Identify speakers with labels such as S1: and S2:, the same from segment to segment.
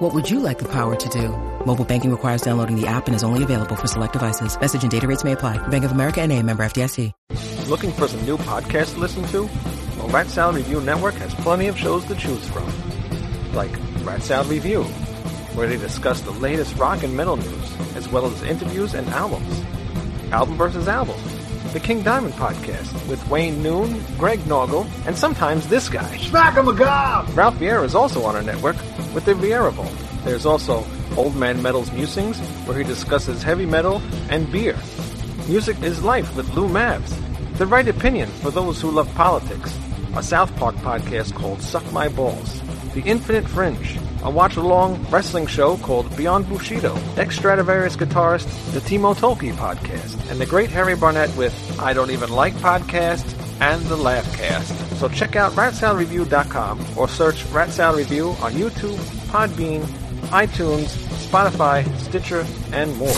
S1: What would you like the power to do? Mobile banking requires downloading the app and is only available for select devices. Message and data rates may apply. Bank of America and a member FDIC.
S2: Looking for some new podcasts to listen to? Well, Rat Sound Review Network has plenty of shows to choose from. Like Rat Sound Review, where they discuss the latest rock and metal news, as well as interviews and albums. Album versus Album, the King Diamond podcast with Wayne Noon, Greg Noggle, and sometimes this guy.
S3: Smack him a gob!
S2: Ralph Vieira is also on our network with the Vieira Bowl. There's also Old Man Metal's Musings, where he discusses heavy metal and beer. Music is Life with Lou Mavs. The Right Opinion for those who love politics. A South Park podcast called Suck My Balls. The Infinite Fringe. A watch along wrestling show called Beyond Bushido. Ex Stradivarius guitarist, the Timo Tolki podcast. And the great Harry Barnett with I Don't Even Like Podcast and the Laughcast. So check out ratsoundreview.com or search Rat Sound Review on YouTube, Podbean, iTunes, Spotify, Stitcher, and more.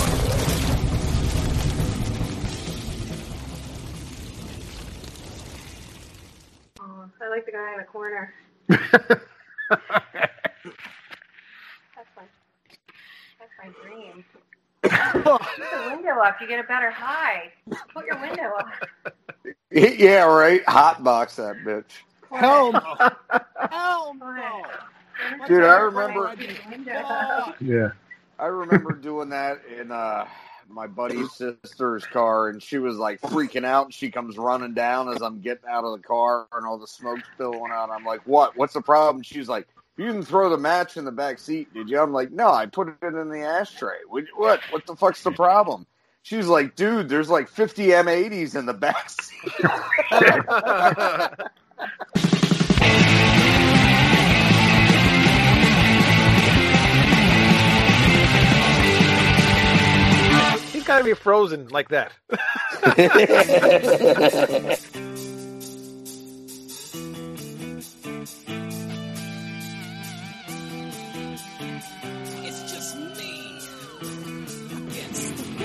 S4: Oh, I like the guy in the corner. That's my, that's my dream. Put the window up, you get a better high. Put your window up.
S5: Yeah, right. Hot box that bitch.
S6: Hell no. Hell no.
S5: Dude, I remember
S4: Window.
S3: Yeah.
S5: I remember doing that in uh my buddy's sister's car and she was like freaking out and she comes running down as I'm getting out of the car and all the smoke's spilling out. I'm like, What? What's the problem? She's like, You didn't throw the match in the back seat, did you? I'm like, No, I put it in the ashtray. What what, what the fuck's the problem? She's like, dude, there's like 50 M80s in the back seat.
S2: He's got to be frozen like that.
S7: It's just me against the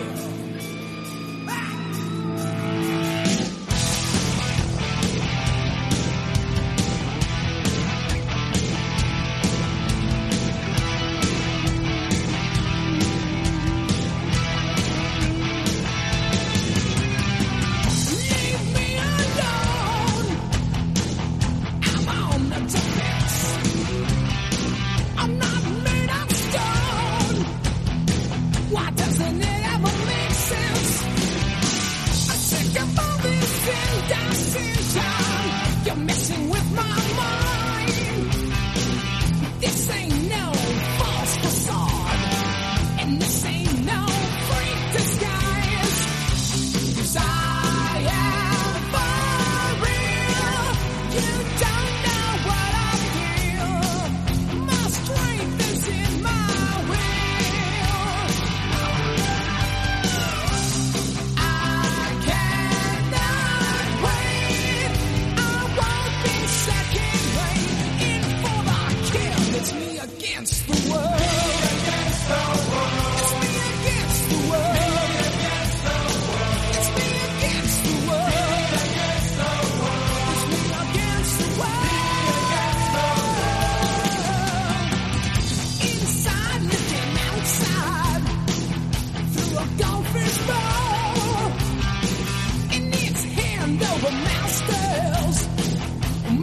S7: world. Leave me alone. I'm on the defense. I'm not made of stone. Why doesn't it ever make sense? I'm sick of all this indecision. You're messing with my mind. This ain't no false facade, and this ain't no freak disguise. 'Cause I am for real. You don't know what I feel. My strength is in my will. I cannot wait. I won't be second rate. In for the kill. It's me against the world. It's me against the world. It's me against the world. It's me against the world. Inside looking outside through a golfer's ball, and its hand over mouse girls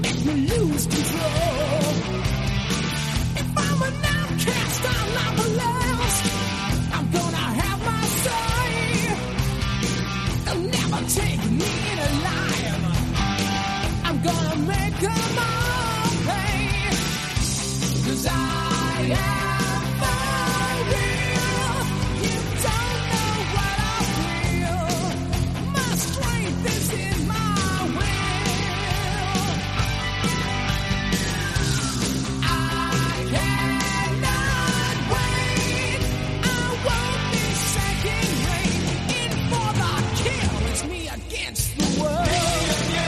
S7: make me lose control. If I'm an outcast, I'm not blessed. I'm gonna have my say. They'll never take me in alive. I'm gonna make them all pay. Cause I am for real. You don't know what I feel. My strength is in my will. I cannot wait. I won't be second rate. In for the kill, it's me against the world.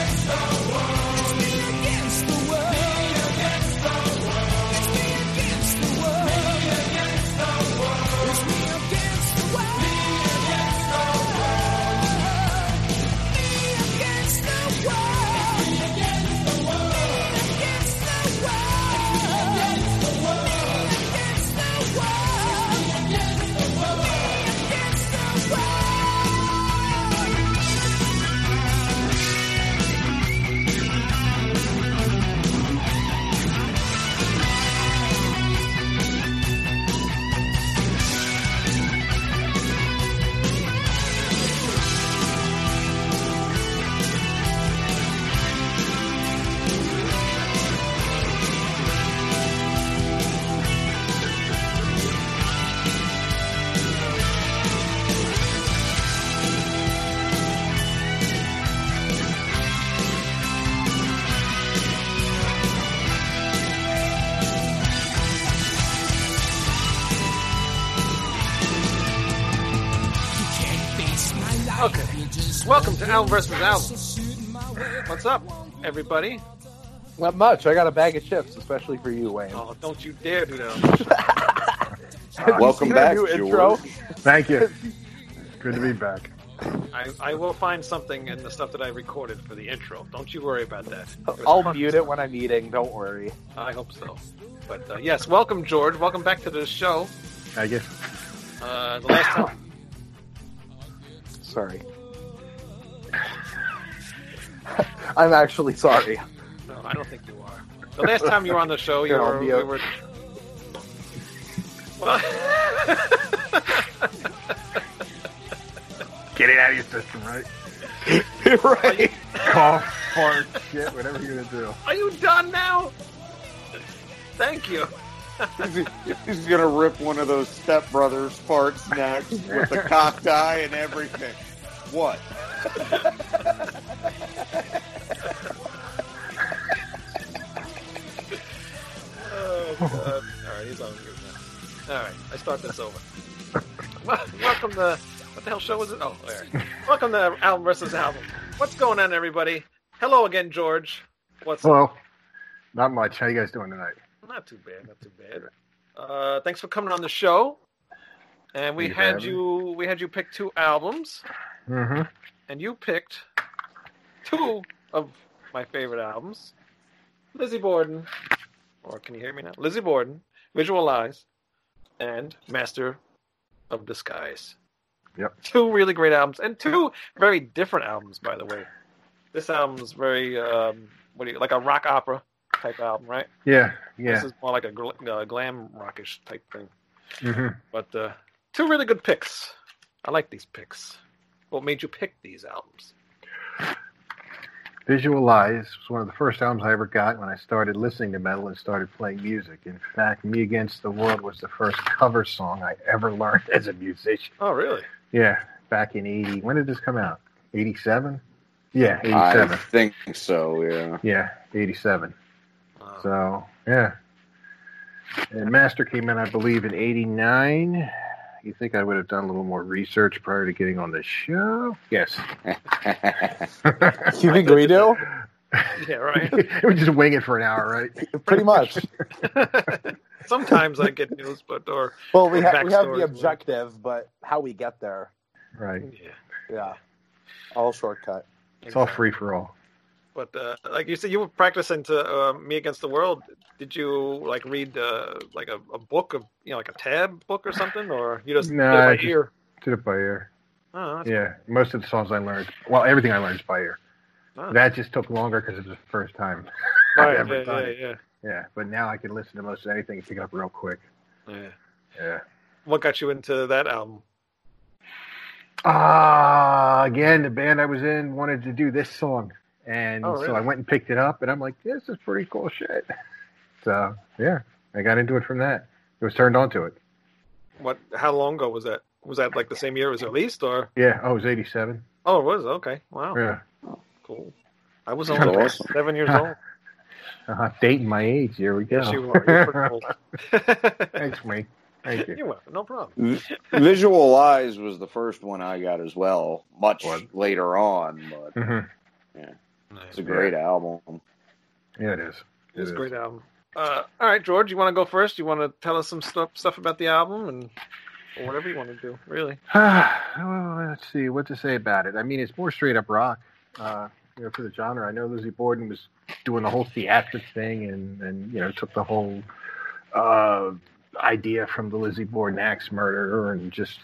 S2: to Album versus Album. What's up, everybody?
S8: Not much. I got a bag of chips, especially for you, Wayne.
S2: Oh, don't you dare do that.
S5: Welcome back,
S8: New
S5: George.
S8: intro.
S9: Thank you. Good to be back.
S2: I, I will find something in the stuff that I recorded for the intro. Don't you worry about that.
S8: I'll mute it when I'm eating. Don't worry.
S2: I hope so. But uh, yes, welcome, George. Welcome back to the show.
S9: Thank you.
S2: Uh, the last time.
S8: Sorry. I'm actually sorry.
S2: No, I don't think you are. The last time you were on the show, you
S8: Here, I'll
S2: were.
S8: be
S2: You
S8: out.
S2: were... Well,
S9: Get it out of your system, right?
S8: right.
S9: Cough, fart, shit, whatever you're gonna do.
S2: are you done now? Thank you.
S5: He's, he's gonna rip one of those stepbrothers parts next with the cocked eye and everything. What?
S2: Oh, God. All right, he's on mute now. All right, I start this over. Wel- Welcome to what the hell show is it? Oh, all right. Welcome to Album versus Album. What's going on, everybody? Hello again, George. What's up?
S9: Hello. Not much. How you guys doing tonight?
S2: Not too bad. Not too bad. Uh, thanks for coming on the show. And we
S9: Thank you for
S2: had
S9: having
S2: you. We had you pick two albums,
S9: Mm-hmm.
S2: and you picked two of my favorite albums: Lizzie Borden, or can you hear me now? Lizzie Borden, Visual Eyes, and Master of Disguise.
S9: Yep.
S2: Two really great albums, and two very different albums, by the way. This album's very um, what do you like a rock opera type album, right?
S9: Yeah, yeah.
S2: This is more like a gl- uh, glam rockish type thing.
S9: hmm
S2: But uh, two really good picks. I like these picks. What made you pick these albums?
S9: Visualize was one of the first albums I ever got when I started listening to metal and started playing music. In fact, Me Against the World was the first cover song I ever learned as a musician.
S2: Oh, really?
S9: Yeah, back in 80. When did this come out? 87? Yeah, 87.
S5: I think so. Yeah.
S9: Yeah, 87.
S2: Uh,
S9: So yeah, and Master came in, I believe, in '89. You think I would have done a little more research prior to getting on the show? Yes.
S8: You think we do?
S2: yeah, right.
S9: we just wing it for an hour, right?
S8: Pretty much.
S2: Sometimes I get news, but or
S8: Well, we, ha- we have
S2: Backstory.
S8: the objective, but how we get there,
S9: Right.
S2: yeah,
S8: yeah, all shortcut.
S9: It's all free for all.
S2: But uh, like you said, you were practicing to uh, Me Against the World. Did you like read uh, like a, a book of you know like a tab book or something, or you just
S9: No,
S2: did it by
S9: I just-
S2: ear?
S9: Did it by ear.
S2: Oh, that's-
S9: Yeah. Most of the songs I learned, well, everything I learned is by ear.
S2: Ah.
S9: That just took longer because it was the first time. I've
S2: right,
S9: ever
S2: yeah,
S9: done
S2: yeah,
S9: it.
S2: yeah,
S9: Yeah. But now I can listen to most of anything and pick it up real quick.
S2: yeah.
S9: Yeah.
S2: What got you into that album?
S9: Ah, again, the band I was in wanted to do this song, and
S2: Oh,
S9: so
S2: really?
S9: I went and picked it up, and I'm like, this is pretty cool shit. So yeah, I got into it from that. It was turned onto it.
S2: What? How long ago was that? Was that like the same year it was released, or
S9: Yeah, oh, it was '87.
S2: oh, it was okay. Wow,
S9: Yeah,
S2: cool. I was
S9: That's
S2: only like,
S5: awesome.
S2: seven years old.
S9: uh-huh. dating my age. Here we go.
S2: Yes, you were. You're pretty old.
S9: Thanks, mate. Thank you.
S2: you were. No problem.
S5: Visual Eyes was the first one I got as well. Much
S9: What?
S5: later on, but
S9: Mhm.
S5: it's a great album.
S9: Yeah, it is. It
S2: It's a
S9: is.
S2: great album. Uh, all right, George, you want to go first? You want to tell us some stuff stuff about the album and or whatever you want to do, really?
S9: well, let's see what to say about it. I mean, it's more straight up rock, uh, you know, for the genre. I know Lizzie Borden was doing the whole theatric thing, and and you know, took the whole uh, idea from the Lizzie Borden axe murder and just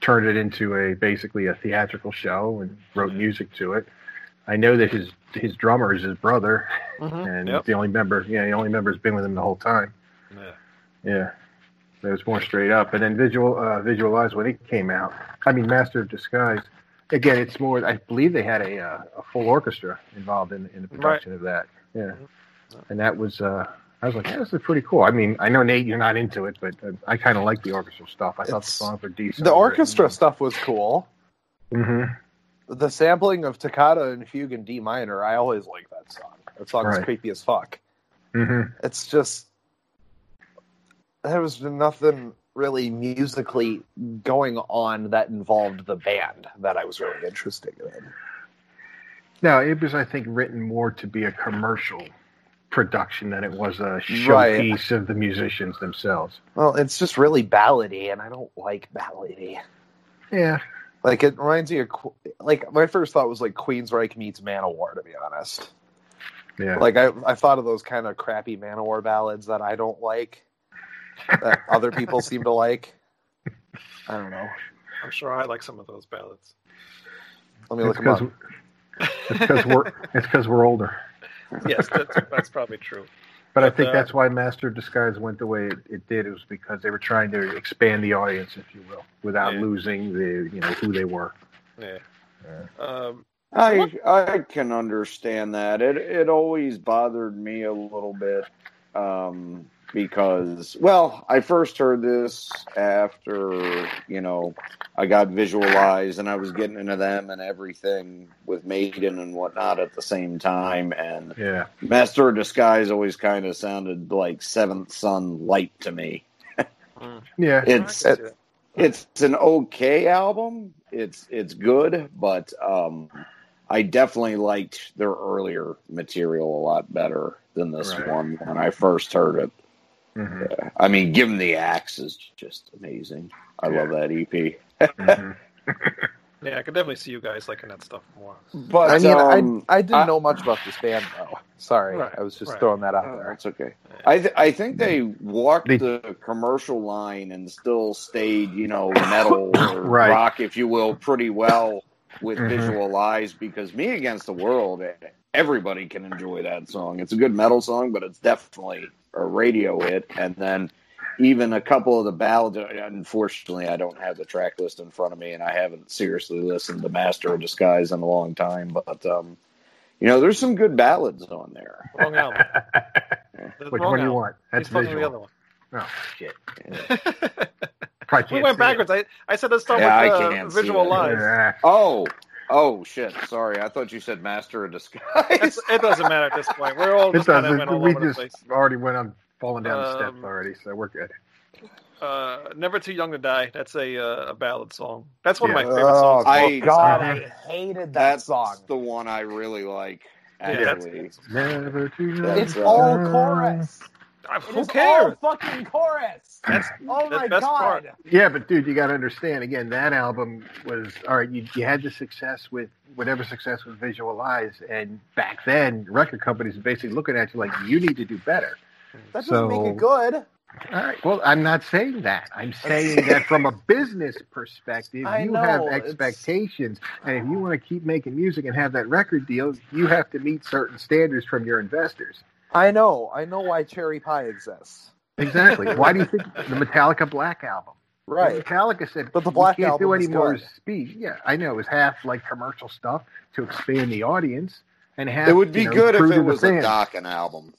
S9: turned it into a basically a theatrical show and wrote music to it. I know that his his drummer is his brother, and
S2: Yep.
S9: the only member, yeah, the only member has been with him the whole time.
S2: Yeah.
S9: Yeah. It was more straight up. And then visual uh, visualize when it came out. I mean, Master of Disguise. Again, it's more. I believe they had a uh, a full orchestra involved in in the production of that. Yeah.
S8: Mm-hmm.
S9: And that was. Uh, I was like, yeah, this is pretty cool. I mean, I know Nate, you're not into it, but uh, I kind of like the orchestral stuff. I thought the
S8: It's-
S9: songs were decent.
S8: The orchestra stuff was cool.
S9: hmm
S8: The sampling of Toccata and Fugue in D minor, I always like that song. That song's
S9: Right.
S8: creepy as fuck.
S9: hmm
S8: It's just there was nothing really musically going on that involved the band that I was really interested in.
S9: No, it was I think written more to be a commercial production than it was a
S8: Right.
S9: showpiece of the musicians themselves.
S8: Well, it's just really ballady, and I don't like ballady.
S9: Yeah.
S8: Like it reminds me of Qu- like my first thought was like Queensryche meets Manowar, to be honest.
S9: Yeah.
S8: Like I, I thought of those kind of crappy Manowar ballads that I don't like, that other people seem to like. I don't know.
S10: I'm sure I like some of those ballads.
S8: Let me
S9: it's
S8: look them up.
S9: because it's 'cause we're it's because we're older.
S10: Yes, that's, that's probably true.
S9: But I think
S10: Uh,
S9: that's why Master of Disguise went the way it, it did. It was because they were trying to expand the audience, if you will, without
S10: Yeah.
S9: losing the you know who they were.
S10: Yeah. Um,
S5: I I can understand that. It it always bothered me a little bit um, because well, I first heard this after you know I got visualized and I was getting into them and everything with Maiden and whatnot at the same time and
S9: Yeah.
S5: Master of Disguise always kind of sounded like Seventh Son light to me.
S9: Yeah.
S5: It's
S10: I can see that.
S5: it's an okay album. It's it's good, but um, I definitely liked their earlier material a lot better than this
S9: Right.
S5: one when I first heard it.
S9: Mhm,
S5: I mean, "Give 'Em the Axe" is just amazing. I love that E EP.
S9: mhm.
S10: Mm-hmm. yeah, I can definitely see you guys liking that stuff more.
S5: But
S8: I mean,
S5: um,
S8: I, I didn't
S5: I-
S8: know much about this band though. Sorry,
S10: Right,
S8: I was just
S10: right. Uh,
S8: throwing that out
S5: Oh,
S8: there.
S5: that's okay. I th- I think they walked
S9: They-
S5: the commercial line and still stayed, you know, metal or
S9: Right.
S5: rock, if you will, pretty well with
S9: Mhm.
S5: Visual Eyes because Me Against the World, everybody can enjoy that song. It's a good metal song, but it's definitely a radio hit. And then even a couple of the ballads. Unfortunately, I don't have the track list in front of me, and I haven't seriously listened to Master of Disguise in a long time. But um, you know, there's some good ballads on there.
S10: Wrong album. That's
S9: Which
S10: wrong
S9: one do you
S10: album.
S9: want?
S10: He's
S9: That's
S10: fucking the other
S9: visual.
S10: one.
S9: Oh shit! I
S10: we
S9: can't
S10: went
S9: see it.
S10: backwards. I, I said let's start
S5: Yeah,
S10: with
S5: I
S10: uh,
S5: can't see
S10: visual
S5: that.
S10: lines.
S9: Yeah.
S5: Oh, oh shit! Sorry, I thought you said Master of Disguise.
S10: It's- it doesn't matter at this point. We're all
S9: It
S10: just kind of
S9: does.
S10: went all
S9: We
S10: over the
S9: just
S10: place.
S9: already went on falling down the
S10: Um,
S9: steps already, so we're good.
S10: Uh, Never Too Young to Die. That's a uh, a ballad song. That's one
S9: Yeah.
S10: of my favorite songs.
S5: I-
S8: oh, God,
S9: I-
S8: I hated that
S5: That's
S8: song.
S5: the one I really like.
S10: Yeah, that's-
S5: Actually,
S9: Never too
S5: that's
S8: It's
S5: right.
S8: all chorus.
S10: I-
S8: It
S10: Mm. who
S8: is
S10: cares?
S8: all fucking chorus.
S10: That's
S8: oh
S10: the
S8: my
S10: best
S8: god.
S10: part.
S9: Yeah, but dude, you got to understand. Again, that album was all right. You, you had the success with whatever success was Visualize, and back then, record companies were basically looking at you like you need to do better.
S8: That doesn't
S9: So-
S8: make it good.
S9: All right. Well, I'm not saying that. I'm saying that from a business perspective,
S8: I
S9: you
S8: know,
S9: have
S8: it's-
S9: expectations, and if you want to keep making music and have that record deal, you have to meet certain standards from your investors.
S8: I know. I know why cherry pie exists.
S9: Exactly. Why do you think the Metallica Black album?
S8: Right.
S9: Metallica said,
S8: But the Black
S9: we can't do
S8: Album
S9: any
S8: is
S9: more
S8: good."
S9: speed. Yeah, I know. It was half like commercial stuff to expand the audience, and half.
S5: It would be
S9: you know,
S5: good
S9: true
S5: if
S9: to
S5: it
S9: the
S5: was a
S9: fans.
S5: Dokken album,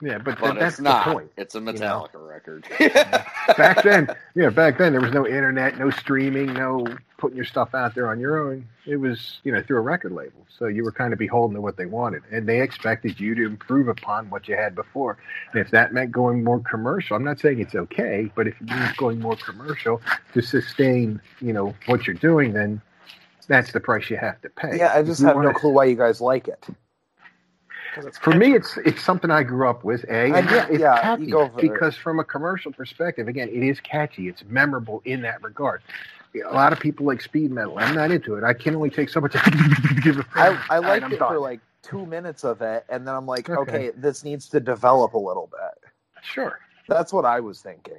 S9: Yeah, but,
S5: but
S9: th- that's
S5: it's not.
S9: the point.
S5: It's a
S9: know?
S5: Metallica record.
S9: Back then, yeah, back then there was no internet, no streaming, no putting your stuff out there on your own. It was you know through a record label, so you were kind of beholden to what they wanted, and they expected you to improve upon what you had before. And if that meant going more commercial, I'm not saying it's okay, but if it means going more commercial to sustain you know what you're doing, then that's the price you have to pay.
S8: Yeah, I just
S9: You
S8: have
S9: wanna-
S8: no clue why you guys like it.
S10: 'Cause it's
S9: For me, it's it's something I grew up with. A,
S8: I
S9: and yeah,
S8: get-
S9: it's
S8: yeah, you
S9: catchy
S8: go for it.
S9: because from a commercial perspective, again, it is catchy. It's memorable in that regard. A lot of people like speed metal. I'm not into it. I can only take so much.
S8: I, I
S9: I
S8: liked it for like two minutes of it, and then I'm like, okay.
S9: Okay.
S8: this needs to develop a little bit.
S9: sure.
S8: That's what I was thinking.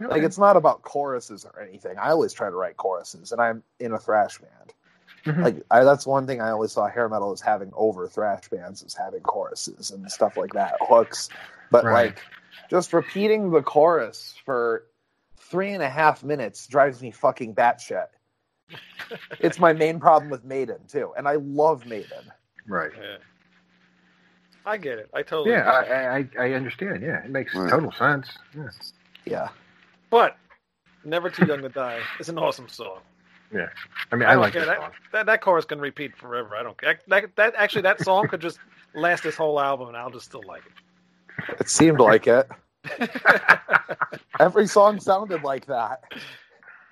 S8: Like,
S9: Okay.
S8: it's not about choruses or anything. I always try to write choruses, and I'm in a thrash band.
S9: Mhm.
S8: Like, I, that's one thing I always saw hair metal as having over thrash bands is having choruses and stuff like that, hooks. But
S9: Right.
S8: like, just repeating the chorus for three and a half minutes drives me fucking batshit. it's my main problem with Maiden too, and I love Maiden.
S9: right.
S10: Yeah. I get it. I totally.
S9: Yeah,
S10: get it.
S9: I, I I understand. Yeah, it makes
S5: Right.
S9: total sense. Yeah.
S8: Yeah.
S10: But Never Too Young to Die is an awesome song.
S9: I mean,
S10: I
S9: I,
S10: don't
S9: like
S10: care.
S9: that song.
S10: Oh, That that chorus can repeat forever. I don't care. That, that actually that song could just last this whole album, and I'll just still like it.
S8: It seemed like it. Every song sounded like that,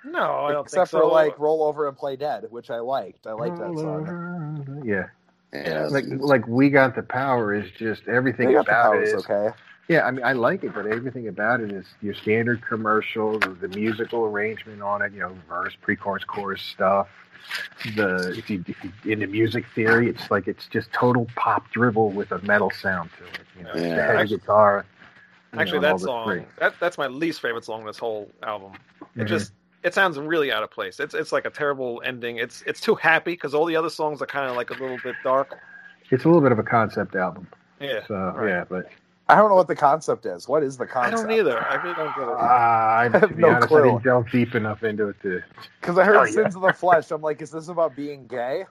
S10: No, I don't
S8: except
S10: think
S8: for
S10: so.
S8: like "Roll Over and Play Dead," which I liked. I liked that song.
S9: Yeah,
S5: Yeah,
S9: like like we got the power is just everything
S8: They got the
S9: about it
S8: powers,
S9: is
S8: okay.
S9: yeah, I mean, I like it, but everything about it is your standard commercial, the musical arrangement on it, you know, verse, pre-chorus, chorus stuff. The if you, if you into music theory, it's like it's just total pop drivel with a metal sound to it. You know, it's the
S5: Yeah.
S9: heavy guitar. you know,
S10: Actually,
S9: and all
S10: that
S9: the
S10: song
S9: three.
S10: that, that's my least favorite song on this whole album. It
S9: Mhm.
S10: just it sounds really out of place. It's it's like a terrible ending. It's it's too happy because all the other songs are kind of like a little bit dark.
S9: it's a little bit of a concept album.
S10: Yeah,
S9: So
S10: right.
S9: yeah, but
S8: I don't know what the concept is. What is the
S10: I
S8: concept?
S10: don't either. I really don't get
S9: uh,
S10: it.
S9: I,
S8: have
S9: to be
S8: no
S9: honest,
S8: clue.
S9: I didn't delve deep enough into it to.
S8: Because I heard
S9: Oh, yeah.
S8: Sins of the Flesh. I'm like, is this about being gay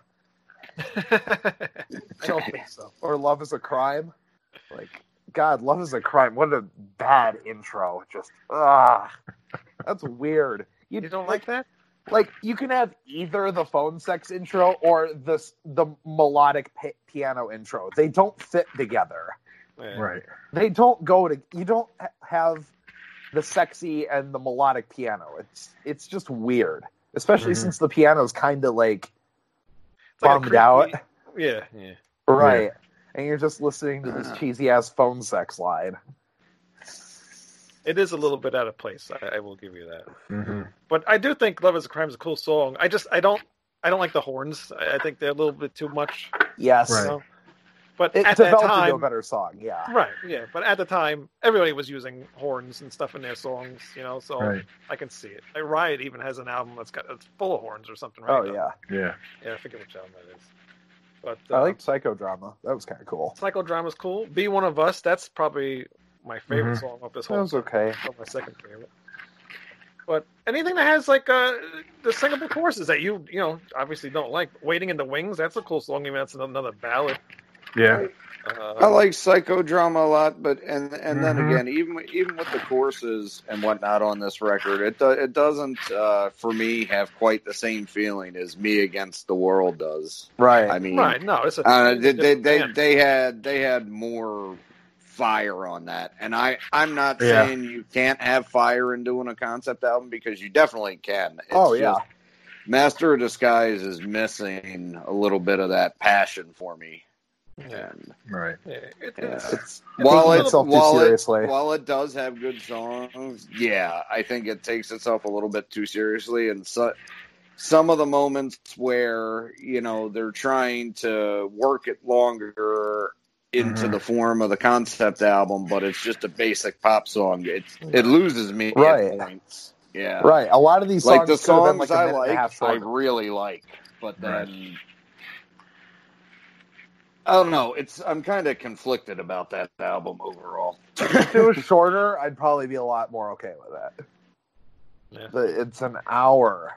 S10: I don't think so.
S8: or love is a crime? Like, God, love is a crime. What a bad intro. Just, ah, that's weird.
S10: You don't like that?
S8: like you can have either the phone sex intro or the the melodic pi- piano intro. They don't fit together.
S10: Yeah.
S9: Right.
S8: They don't go to. You don't ha- have the sexy and the melodic piano. It's it's just weird, especially
S9: Mhm.
S8: since the piano's kind of like
S10: It's like a
S8: bummed
S10: creepy-
S8: out,
S10: Yeah, yeah.
S8: right? And you're just listening to this cheesy ass phone sex line.
S10: It is a little bit out of place. I, I will give you that.
S9: hmm
S10: But I do think "Love Is a Crime" is a cool song. I just I don't I don't like the horns. I, I think they're a little bit too much.
S8: Yes,
S9: Right.
S10: So. But
S8: it
S10: at that
S8: developed into a
S10: time,
S8: better song. Yeah,
S10: right? Yeah, but at the time, everybody was using horns and stuff in their songs, you know. So
S9: Right.
S10: I can see it. Like, Riot even has an album that's got it's full of horns or something, right?
S8: oh yeah,
S9: Yeah.
S10: yeah. I forget which album that is. But
S8: I
S10: uh,
S8: liked psychodrama. That was kind of cool.
S10: psychodrama's cool. Be one of us. That's probably my favorite
S9: Mhm.
S10: song of this
S8: Mm-hmm. That
S10: whole.
S8: was okay.
S10: Not my second favorite. But anything that has like uh, the singable choruses that you you know obviously don't like. Waiting in the wings. That's a cool song. Even that's another ballad.
S9: Yeah.
S10: Uh,
S5: I like psychodrama a lot, but and and then
S9: Mhm.
S5: again, even even with the courses and whatnot on this record, it do, it doesn't uh, for me have quite the same feeling as Me Against the World does.
S8: Right.
S5: I mean,
S10: Right. No. It's a.
S5: uh, they,
S10: it's a
S5: they, they,
S10: band.
S5: they had they had more fire on that, and I I'm not
S9: Yeah.
S5: saying you can't have fire in doing a concept album because you definitely can. It's
S8: oh yeah.
S5: just- Master of Disguise is missing a little bit of that passion for me.
S10: Yeah.
S5: And,
S9: Right.
S10: yeah. It-
S5: yeah.
S10: it's-
S8: it's
S5: While
S8: taking
S5: it,
S8: itself too
S5: while, it,
S8: seriously.
S5: while it does have good songs, yeah, I think it takes itself a little bit too seriously. And so, some of the moments where, you know, they're trying to work it longer into
S8: Mm-hmm.
S9: Mhm.
S5: the form of the concept album, but it's just a basic pop song, it, it loses me at
S8: Right.
S5: points. Yeah.
S8: right. A lot of these
S5: Like
S8: songs
S5: the
S8: could have been
S5: songs
S8: like a
S5: I
S8: minute and a half
S5: like, I
S8: shorter.
S5: really like, but then
S9: Right.
S5: I don't know. It's I'm kind of conflicted about that album overall.
S8: if it was shorter, I'd probably be a lot more okay with that.
S10: Yeah.
S8: But It's an hour.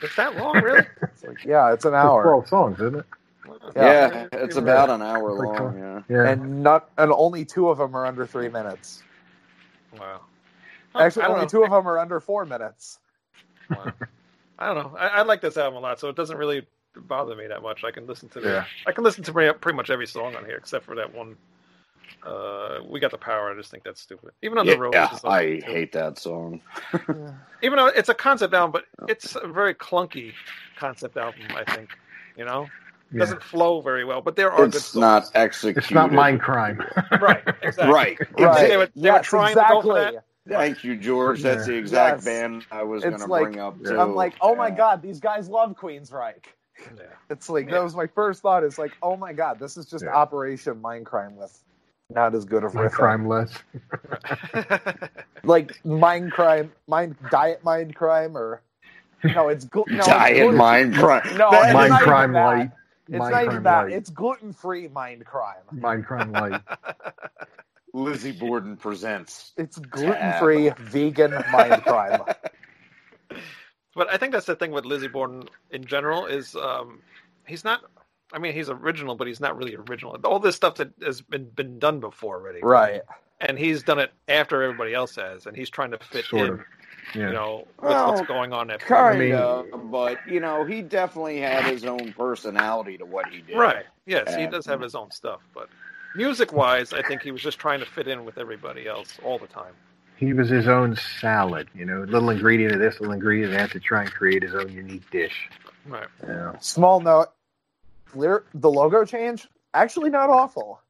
S10: it's that long, really.
S8: It's like, yeah, it's an hour.
S9: Twelve songs, isn't it?
S5: Yeah, it's
S10: Yeah.
S5: about an hour
S9: Like,
S5: long. Yeah.
S9: Yeah.
S8: And not and only two of them are under three minutes.
S10: Wow.
S8: Actually,
S10: I don't
S8: only
S10: know.
S8: two of them are under four minutes.
S10: Wow. I don't know. I, I like this album a lot, so it doesn't really bother me that much. I can listen to the,
S9: Yeah.
S10: I can listen to pretty, pretty much every song on here except for that one. Uh, we got the power. I just think that's stupid. Even on
S5: Yeah,
S10: the road, is
S5: I
S10: okay, too.
S5: hate that song.
S10: Even though it's a concept album, but it's a very clunky concept album. I think you know it
S9: Yeah.
S10: doesn't flow very well. But there are good
S5: It's
S10: songs.
S5: not executed.
S9: It's not mind crime.
S10: right. Exactly.
S5: Right.
S8: Right.
S10: They were- they were
S8: yes,
S10: trying to go
S8: exactly.
S10: for
S5: Thank you, George. That's the exact
S8: Yes.
S5: band I was
S8: It's
S5: going to
S8: like-
S5: bring up.
S9: Yeah.
S8: I'm
S5: too.
S8: like, oh my
S5: Yeah.
S8: god, these guys love Queensryche.
S10: Yeah.
S8: It's like
S10: Yeah.
S8: that was my first thought. It's like, oh my god, this is just
S9: Yeah.
S8: Operation Mindcrime with not as good of
S9: mind
S8: riffing.
S9: crime less.
S8: like mind crime, mind diet mind crime, or no, it's glu- no, it's
S5: Diet
S8: gluten-
S5: mind crime.
S8: No,
S5: That-
S8: it's
S9: Mind
S8: not even
S9: crime
S8: that.
S9: light.
S8: It's not
S9: mind crime
S8: even that.
S9: light.
S8: It's gluten free mind crime.
S9: mind crime light.
S5: Lizzie Borden presents.
S8: It's gluten free vegan mind crime.
S10: But I think that's the thing with Lizzie Borden in general is um, he's not. I mean, he's original, but he's not really original. All this stuff that has been been done before already,
S8: Right.
S10: And he's done it after everybody else has, and he's trying to fit
S9: Sort
S10: in,
S9: of. Yeah.
S10: you know, with
S5: Well,
S10: what's going on at
S9: I
S5: Kind
S9: mean-
S5: of, uh, but you know, he definitely had his own personality to what he did.
S10: right. Yes, he
S5: And-
S10: does have his own stuff, but music-wise, I think he was just trying to fit in with everybody else all the time.
S9: He was his own salad. You know, little ingredient of this, little ingredient of that to try and create his own unique dish.
S10: Right.
S9: You know?
S8: Small note. Lyr- the logo change actually not awful.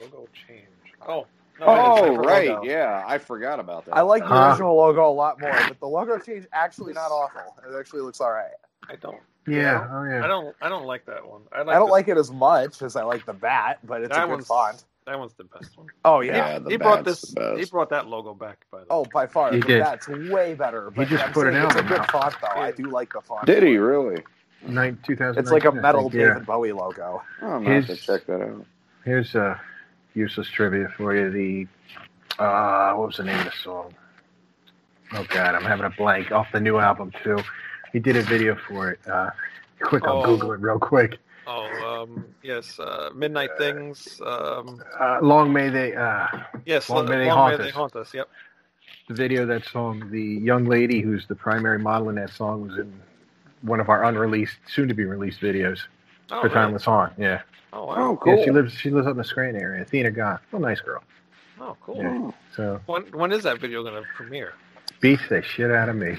S10: Logo change. Oh. No, it's
S5: Oh,
S10: different
S5: right.
S10: logo.
S5: Yeah, I forgot about that.
S8: I like the
S9: Huh.
S8: original logo a lot more, but the logo change actually not awful. It actually looks all right.
S10: I don't.
S9: Yeah. Oh
S10: I
S9: yeah.
S10: don't. I don't like that one. I, like
S8: I don't
S10: the-
S8: like it as much as I like the bat, but it's
S10: That
S8: a good
S10: one's-
S8: font.
S10: that one's the best one.
S8: Oh
S5: yeah,
S8: yeah.
S5: the
S10: he brought
S5: bat's
S10: this.
S5: the best.
S10: He brought that logo back. By the
S8: Oh, by far,
S9: He
S8: the
S9: did.
S8: bat's way better. But
S9: just
S8: I'm
S9: put an
S8: saying it's a
S9: album
S8: good
S9: out.
S8: font though. I do like the font.
S5: Did he really?
S9: Nine two thousand.
S8: It's like a metal
S9: Yeah.
S8: David Bowie logo.
S5: Oh, I'm going to have to
S9: His-
S5: check that out.
S9: Here's a useless trivia for you. The uh, what was the name of the song? Oh God, I'm having a blank off the new album too. He did a video for it. Uh, quick, I'll
S10: Oh.
S9: Google it real quick.
S10: Oh, um, yes. Uh, Midnight Things. Um,
S9: Uh, Long may they. Uh,
S10: yes.
S9: Long
S10: Long,
S9: May They
S10: Long May
S9: Haunt
S10: They
S9: Us.
S10: Haunt Us. Yep.
S9: the video of that song. The young lady who's the primary model in that song was in one of our unreleased, soon-to-be-released videos
S10: Oh,
S9: for
S10: really?
S9: Timeless Haunt. Yeah,
S10: oh
S5: Oh,
S10: wow.
S5: cool.
S9: yeah. She lives. She lives up in the Scranton area. Athena Goth, real nice girl.
S10: Oh, cool.
S9: Yeah. So
S10: When when is that video going to premiere?
S9: beats the shit out of me.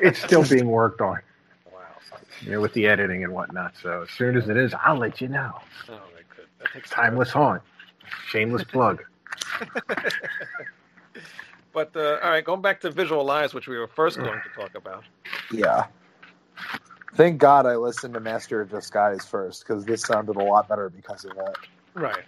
S9: It's still being worked on.
S10: wow.
S9: you know, with the editing and whatnot. So as soon as it is, I'll let you know.
S10: Oh, that could. That takes time.
S9: Timeless haunt, shameless plug.
S10: But uh, all right, going back to Visualize, which we were first going to talk about.
S8: Yeah. Thank God I listened to Master of Disguise first because this sounded a lot better because of that.
S10: Right.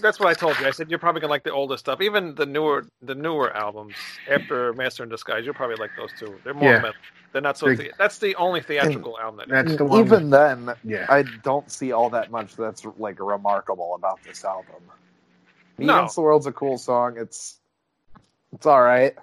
S10: That's what I told you. I said you're probably gonna like the older stuff, even the newer the newer albums after Master in Disguise. You'll probably like those two. They're more
S9: Yeah.
S10: metal. They're not so.
S9: They-
S10: the- that's the only theatrical album that.
S9: That's the one.
S8: Even then,
S9: yeah,
S8: I don't see all that much that's like remarkable about this album. Me
S10: No.
S8: Against the World's a cool song. It's it's all right.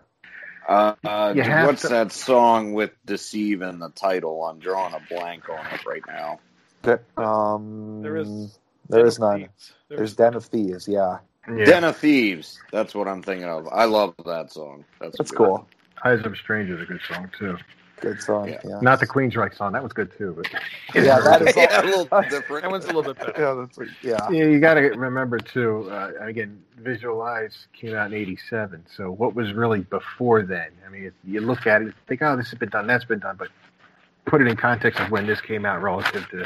S5: Uh, uh,
S9: You have
S5: what's
S9: to-
S5: that song with "Deceive" in the title? I'm drawing a blank on it right now.
S8: There- um,
S10: There is-
S8: there is none.
S10: There's
S8: There's Den of Thieves. Yeah,
S9: yeah.
S5: Den of Thieves. That's what I'm thinking of. I love that song. That's,
S8: that's
S5: good.
S8: cool.
S9: Eyes of a Stranger is a good song too.
S8: Good song.
S5: Yeah.
S8: Yeah,
S9: Not the Queen's Right song. That was good too. But
S8: Yeah, that is all-
S5: yeah, a little different.
S10: that one's a little bit better.
S8: yeah, that's like- yeah.
S9: yeah, you got to remember too. Uh, again, Visualize came out in '87. So what was really before then? I mean, if you look at it, think, oh, this has been done, that's been done, but put it in context of when this came out relative to,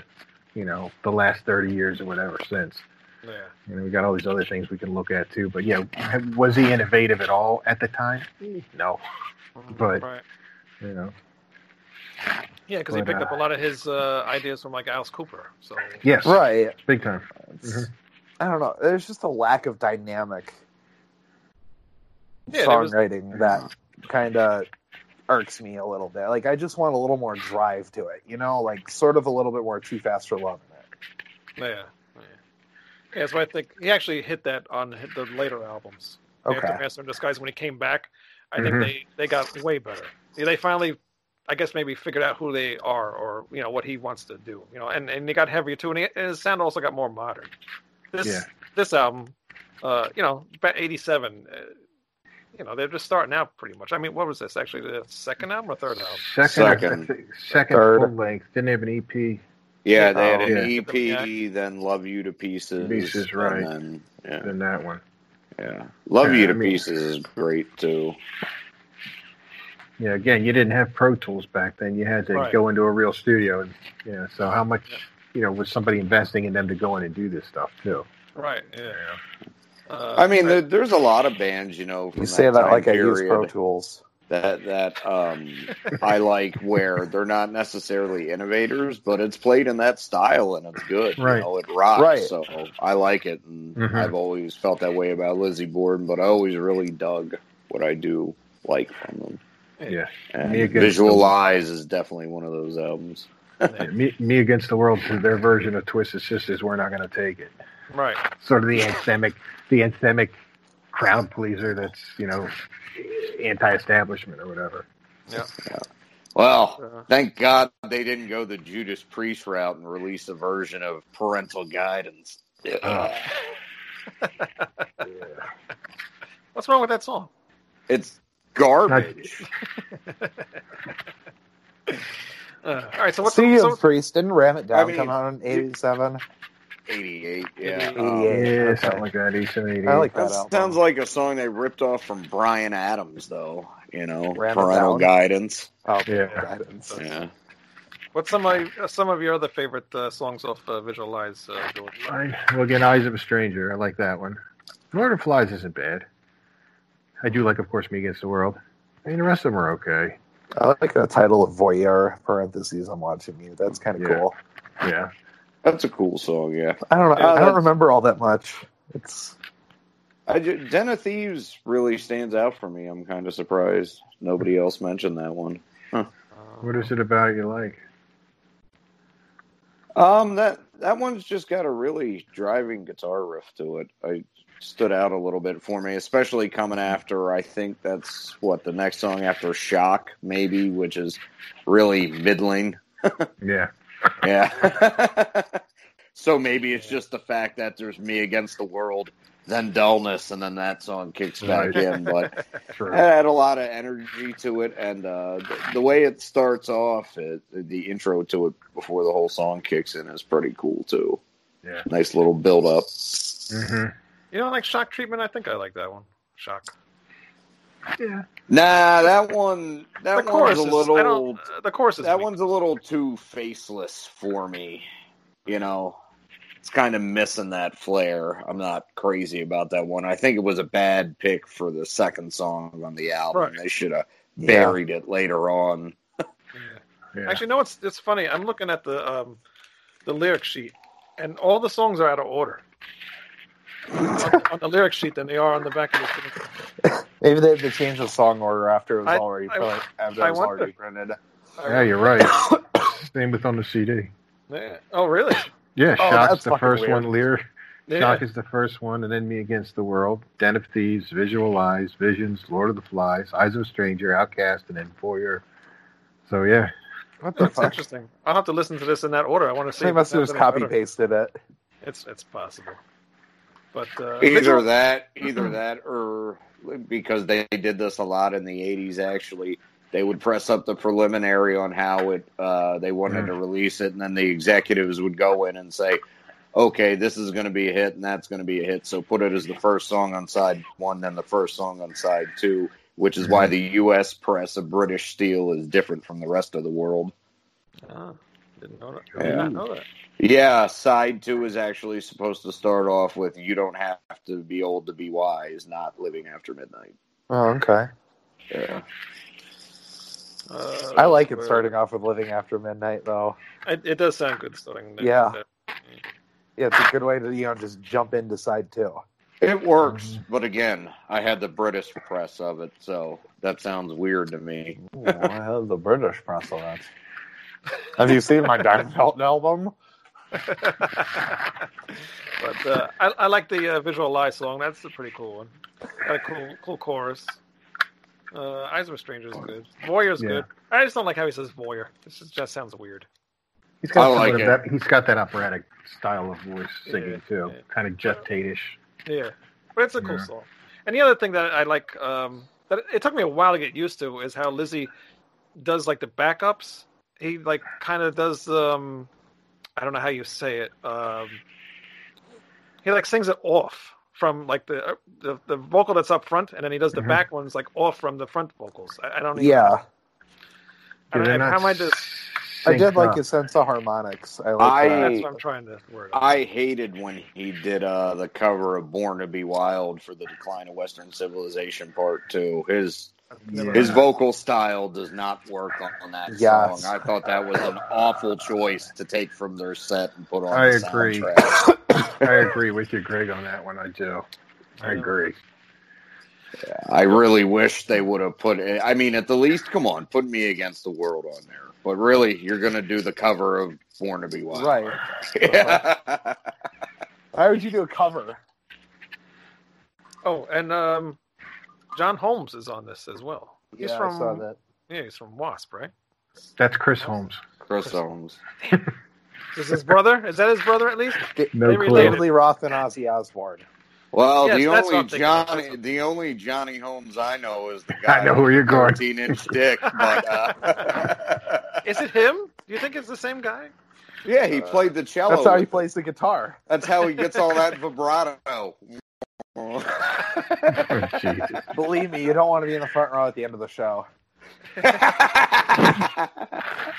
S9: you know, the last 30 years or whatever since.
S10: Yeah.
S9: You know, we got all these other things we can look at too. But yeah, was he innovative at all at the time? No, But-
S10: right.
S9: you know.
S10: Yeah, because he
S9: but,
S10: picked
S9: uh,
S10: up a lot of his uh, ideas from like Alice Cooper. So
S9: Yes,
S8: Right.
S9: big time.
S8: It's-
S9: Mm-hmm.
S8: I don't know. There's just a lack of dynamic
S10: yeah, there was,
S8: songwriting that kind of irks me a little bit. Like I just want a little more drive to it, you know, like sort of a little bit more too fast for love in it.
S10: yeah, yeah. Yeah, so I think he actually hit that on hit the later albums. After
S8: Okay.
S10: Master in Disguise, when he came back, I think
S9: Mhm.
S10: they they got way better. Yeah, They finally, I guess, maybe figured out who they are or you know what he wants to do. You know, and and they got heavier too, and, he, and his sound also got more modern. This
S9: Yeah.
S10: this album, uh, you know, about '87. Uh, you know, they're just starting out pretty much. I mean, what was this actually the second album or third album?
S9: Second,
S5: Second.
S9: second, second
S8: Third.
S9: full length. Didn't have an E EP.
S5: Yeah, they had an
S9: Yeah.
S5: EP, then "Love You to Pieces."
S9: Pieces,
S5: and
S9: right.
S5: then- yeah,
S9: Than that one.
S5: yeah. "Love You
S9: Yeah,
S5: to
S9: I mean-
S5: Pieces" is great too.
S9: Yeah, again, you didn't have Pro Tools back then. You had to
S10: Right.
S9: go into a real studio, and you know, so how much you know was somebody investing in them to go in and do this stuff too?
S10: Right. Yeah. Uh,
S5: I mean,
S10: right.
S5: there, there's a lot of bands, you know. From
S8: You say that
S5: time
S8: like I
S5: period
S8: use Pro Tools.
S5: that that um, I like, where they're not necessarily innovators, but it's played in that style and it's good. You
S9: Right.
S5: know, it rocks.
S8: Right.
S5: So I like it, and
S9: Mhm.
S5: I've always felt that way about Lizzie Borden, but I always really dug what I do like from them.
S9: Yeah,
S5: And
S9: Me against
S5: Visualize is definitely one of those albums.
S9: Yeah, me, me against the world. so Their version of Twisted Sisters, we're not going to take it.
S10: right.
S9: Sort of the anthemic, the anthemic crowd pleaser. That's you know, anti-establishment or whatever.
S5: Well,
S10: Uh,
S5: Thank God they didn't go the Judas Priest route and release a version of parental guidance.
S9: Ugh.
S10: what's wrong with that song?
S5: It's garbage.
S10: Uh, all right. So what's
S8: See um,
S10: the,
S8: you,
S10: so,
S8: Priest. Didn't Ram It Down
S5: mean,
S8: come out in 87?
S5: 88, yeah. Um,
S8: 88.
S9: Yeah,
S8: okay.
S9: something like that. E 8788.
S8: I like that,
S5: that
S8: album.
S5: sounds like a song they ripped off from Brian Adams, though. You know,
S8: Ram it
S5: parental
S8: down.
S5: guidance.
S8: oh,
S9: Yeah.
S8: guidance.
S5: Yeah.
S10: What's some of uh, some of your other favorite uh, songs off uh, Visualize, uh, George?
S9: I, well, again, Eyes of a Stranger. I like that one. Northern Flies isn't bad. I do like, of course, Me Against the World. I mean, the rest of them are okay.
S8: I like the title of Voyeur parentheses. I'm watching you. That's kind of
S9: Yeah.
S8: cool.
S9: Yeah.
S5: That's a cool song, yeah.
S8: I don't know.
S5: Yeah,
S8: I
S5: that's-
S8: don't remember all that much. It's
S5: I ju- Den of Thieves really stands out for me. I'm kind of surprised nobody else mentioned that one.
S9: What is it about you like?
S5: Um, that that one's just got a really driving guitar riff to it. I stood out a little bit for me, especially coming after. I think that's what the next song after Shock, maybe, which is really middling.
S9: Yeah.
S5: Yeah. so maybe it's just the fact that there's me against the world, then dullness, and then that song kicks back
S9: Right.
S5: in. But
S9: True.
S5: it
S8: Uh,
S5: had a lot of energy to it, and uh, the, the way it starts off, it, the intro to it before the whole song kicks in is pretty cool too.
S9: Yeah.
S5: Nice little build up.
S9: hmm
S10: You don't like Shock Treatment? I think I like that one. Shock.
S9: Yeah.
S5: Nah, that one, that
S10: the chorus
S5: one's a
S10: is- I
S5: little,
S10: don't- uh, the chorus is
S5: that
S10: weak.
S5: one's a little too faceless for me. You know, it's kind of missing that flair. I'm not crazy about that one. I think it was a bad pick for the second song on the album.
S10: Right.
S5: They should have buried it later on.
S10: Yeah.
S9: Yeah.
S10: Actually, no. It's it's funny. I'm looking at the um, the lyric sheet, and all the songs are out of order on, on the lyric sheet than they are on the back of the. CD.
S8: maybe they had to change the song order after it was
S10: I-
S8: already
S10: I-
S8: printed- after
S10: I
S8: it was
S10: wonder.
S8: already printed.
S9: yeah, you're right. Same with on the CD.
S10: Yeah. Oh, really?
S9: Yeah,
S8: Oh,
S9: Shock's
S8: that's
S9: the
S8: fucking
S9: first
S8: weird.
S9: one. Lear.
S10: Yeah.
S9: Shock is the first one, and then Me Against the World, Den of Thieves, Visualize, Visions, Lord of the Flies, Eyes of a Stranger, Outcast, and then Foyer. So yeah,
S8: What the
S10: That's
S8: fuck?
S10: interesting. I'll have to listen to this in that order. I want to see.
S8: They
S10: if
S8: must have
S10: that's
S8: just
S10: any
S8: copy
S10: better.
S8: pasted it.
S10: It's it's possible. But uh,
S5: either
S10: visual-
S5: that either that or because they did this a lot in the 80s actually they would press up the preliminary on how it uh, they wanted to release it and then the executives would go in and say okay this is going to be a hit and that's going to be a hit so put it as the first song on side one then the first song on side two which is why the us press of british steel is different from the rest of the world
S10: Ah, didn't know that. I did not know that.
S5: yeah, side two is actually supposed to start off with "You don't have to be old to be wise, not living after midnight."
S8: Oh, okay.
S5: Yeah,
S10: Uh,
S8: I like it
S10: where-
S8: starting off with Living After Midnight, though.
S10: It, it does sound good starting. there.
S8: Yeah. Yeah, it's a good way to you know just jump into side two.
S5: it works, but again, I had the British press of it, so that sounds weird to me.
S8: Ooh, I have the British press on that. Have you seen my Diamond Belt album?
S10: but uh, I, I like the uh, Visual Lie song. That's a pretty cool one. Got a cool, cool chorus. Uh, Eyes of a Stranger is good. Voyeur's
S9: Yeah.
S10: good. I just don't like how he says Voyeur. This is, just sounds weird.
S9: he's
S5: I
S9: got some
S5: like
S9: of
S5: it.
S9: that. He's got that operatic style of voice singing
S10: Yeah,
S9: too,
S10: yeah.
S9: kind of Jeff Tate-ish.
S10: Yeah, but it's a cool
S9: Yeah.
S10: song. And the other thing that I like um, that it, it took me a while to get used to is how Lizzie does like the backups. He like kind of does um, I don't know how you say it. Um, he like sings it off from like the, uh, the the vocal that's up front, and then he does the
S9: Mhm.
S10: back ones like off from the front vocals. I, I don't. even-
S8: Yeah,
S10: I don't,
S9: They're
S10: know
S9: not
S10: how am I to?
S8: I did
S9: synced
S8: like
S9: up.
S8: his sense of harmonics. I
S5: I-
S8: like that.
S10: That's what I'm trying to word. out.
S5: I hated when he did uh, the cover of "Born to Be Wild" for the decline of Western civilization, part two. His
S10: I've never
S9: Yeah.
S5: His
S10: heard
S5: vocal style does not work on, on that
S8: Yes.
S5: song. I thought that was an awful choice to take from their set and put on.
S9: I
S5: the
S9: agree.
S5: soundtrack.
S9: I agree with you, Greg, on that one. I do. I
S10: Yeah.
S9: agree.
S5: I really wish they would have put. it- I mean, at the least, come on, put me against the world on there. But really, you're going to do the cover of "Born to Be Wild,"
S8: Right.
S5: Yeah.
S8: Why would you do a cover?
S10: Oh, and um, John Holmes is on this as well. He's
S8: yeah,
S10: from
S8: I saw that.
S10: yeah, he's from Wasp, right?
S9: That's Chris Holmes.
S5: Chris Holmes.
S10: Is his brother? Is that his brother at least?
S9: No
S10: They
S9: clue.
S10: related.
S8: David Lee Roth and Ozzy Osbourne.
S5: Well,
S10: Yes,
S5: the
S10: that's what I'm
S5: only
S10: thinking of. That's
S5: Johnny,
S10: what-
S5: the only Johnny Holmes I know is the guy.
S9: I know where you're going.
S5: Fourteen inch dick, but uh,
S10: Is it him? Do you think it's the same guy?
S5: yeah,
S8: Uh,
S5: he played the cello.
S8: That's how he
S5: with
S8: plays the guitar.
S5: That's how he gets all that vibrato.
S9: Oh, Jesus. Oh,
S8: Believe me, you don't want to be in the front row at the end of the show.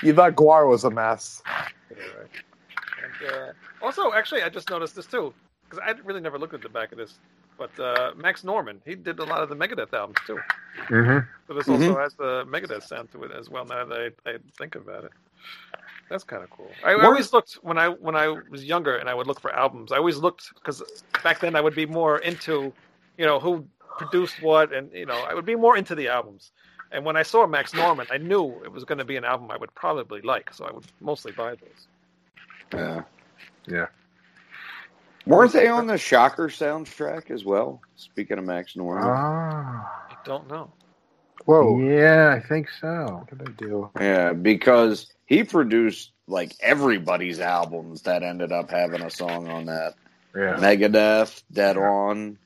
S8: You thought Guar was a mess.
S10: And, uh, also, actually, I just noticed this too because I really never looked at the back of this. But uh, Max Norman, he did a lot of the Megadeth albums too.
S9: Mm-hmm.
S10: So this also has the Megadeth sound to it as well. Now that I, I think about it, that's kind of cool. I, I
S5: What-
S10: always looked when I when I was younger and I would look for albums. I always looked because back then I would be more into, you know, who produced what, and you know, I would be more into the albums. And when I saw Max Norman, I knew it was going to be an album I would probably like, so I would mostly buy those.
S5: Yeah.
S9: Yeah.
S5: Weren't they on the Shocker soundtrack as well? Speaking of Max Norman.
S9: Ah.
S10: I don't know.
S8: Whoa.
S9: Yeah, I think so.
S8: What did I do?
S5: Yeah, because he produced like everybody's albums that ended up having a song on that.
S9: Yeah.
S5: Megadeth, Dead On.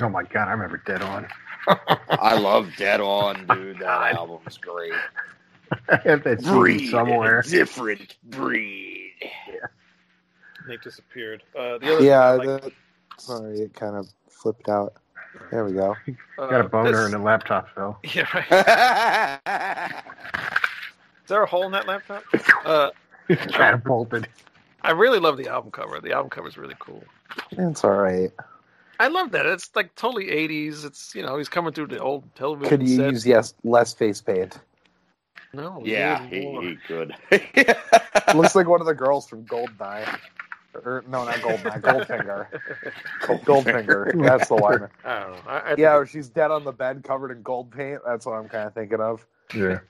S9: Oh my god, I remember Dead On.
S5: I love Dead On, dude. That album's great.
S9: I have that CD
S5: Breed.
S9: somewhere.
S5: Different breed.
S10: They disappeared. Uh, the other
S8: Yeah.
S10: thing I like,
S8: the- sorry, it kind of flipped out. There we go.
S10: uh,
S9: Got a boner
S10: this-
S9: and a laptop fell.
S10: Yeah, right.
S5: yeah.
S10: Is there a hole in that laptop? Uh,
S9: Catapulted.
S10: I really love the album cover. The album cover is really cool.
S8: It's all right.
S10: I love that. It's like totally '80s. It's you know he's coming through the old television
S8: Could you
S10: set.
S8: use yes less face paint?
S10: no, we need
S5: he,
S10: more.
S5: he could.
S8: Looks like one of the girls from Goldeneye. Or, no, not Goldeneye. Goldfinger. Goldfinger. That's the one.
S10: I don't know. I, I think
S8: Yeah, where she's dead on the bed, covered in gold paint. That's what I'm kind of thinking of.
S9: Yeah.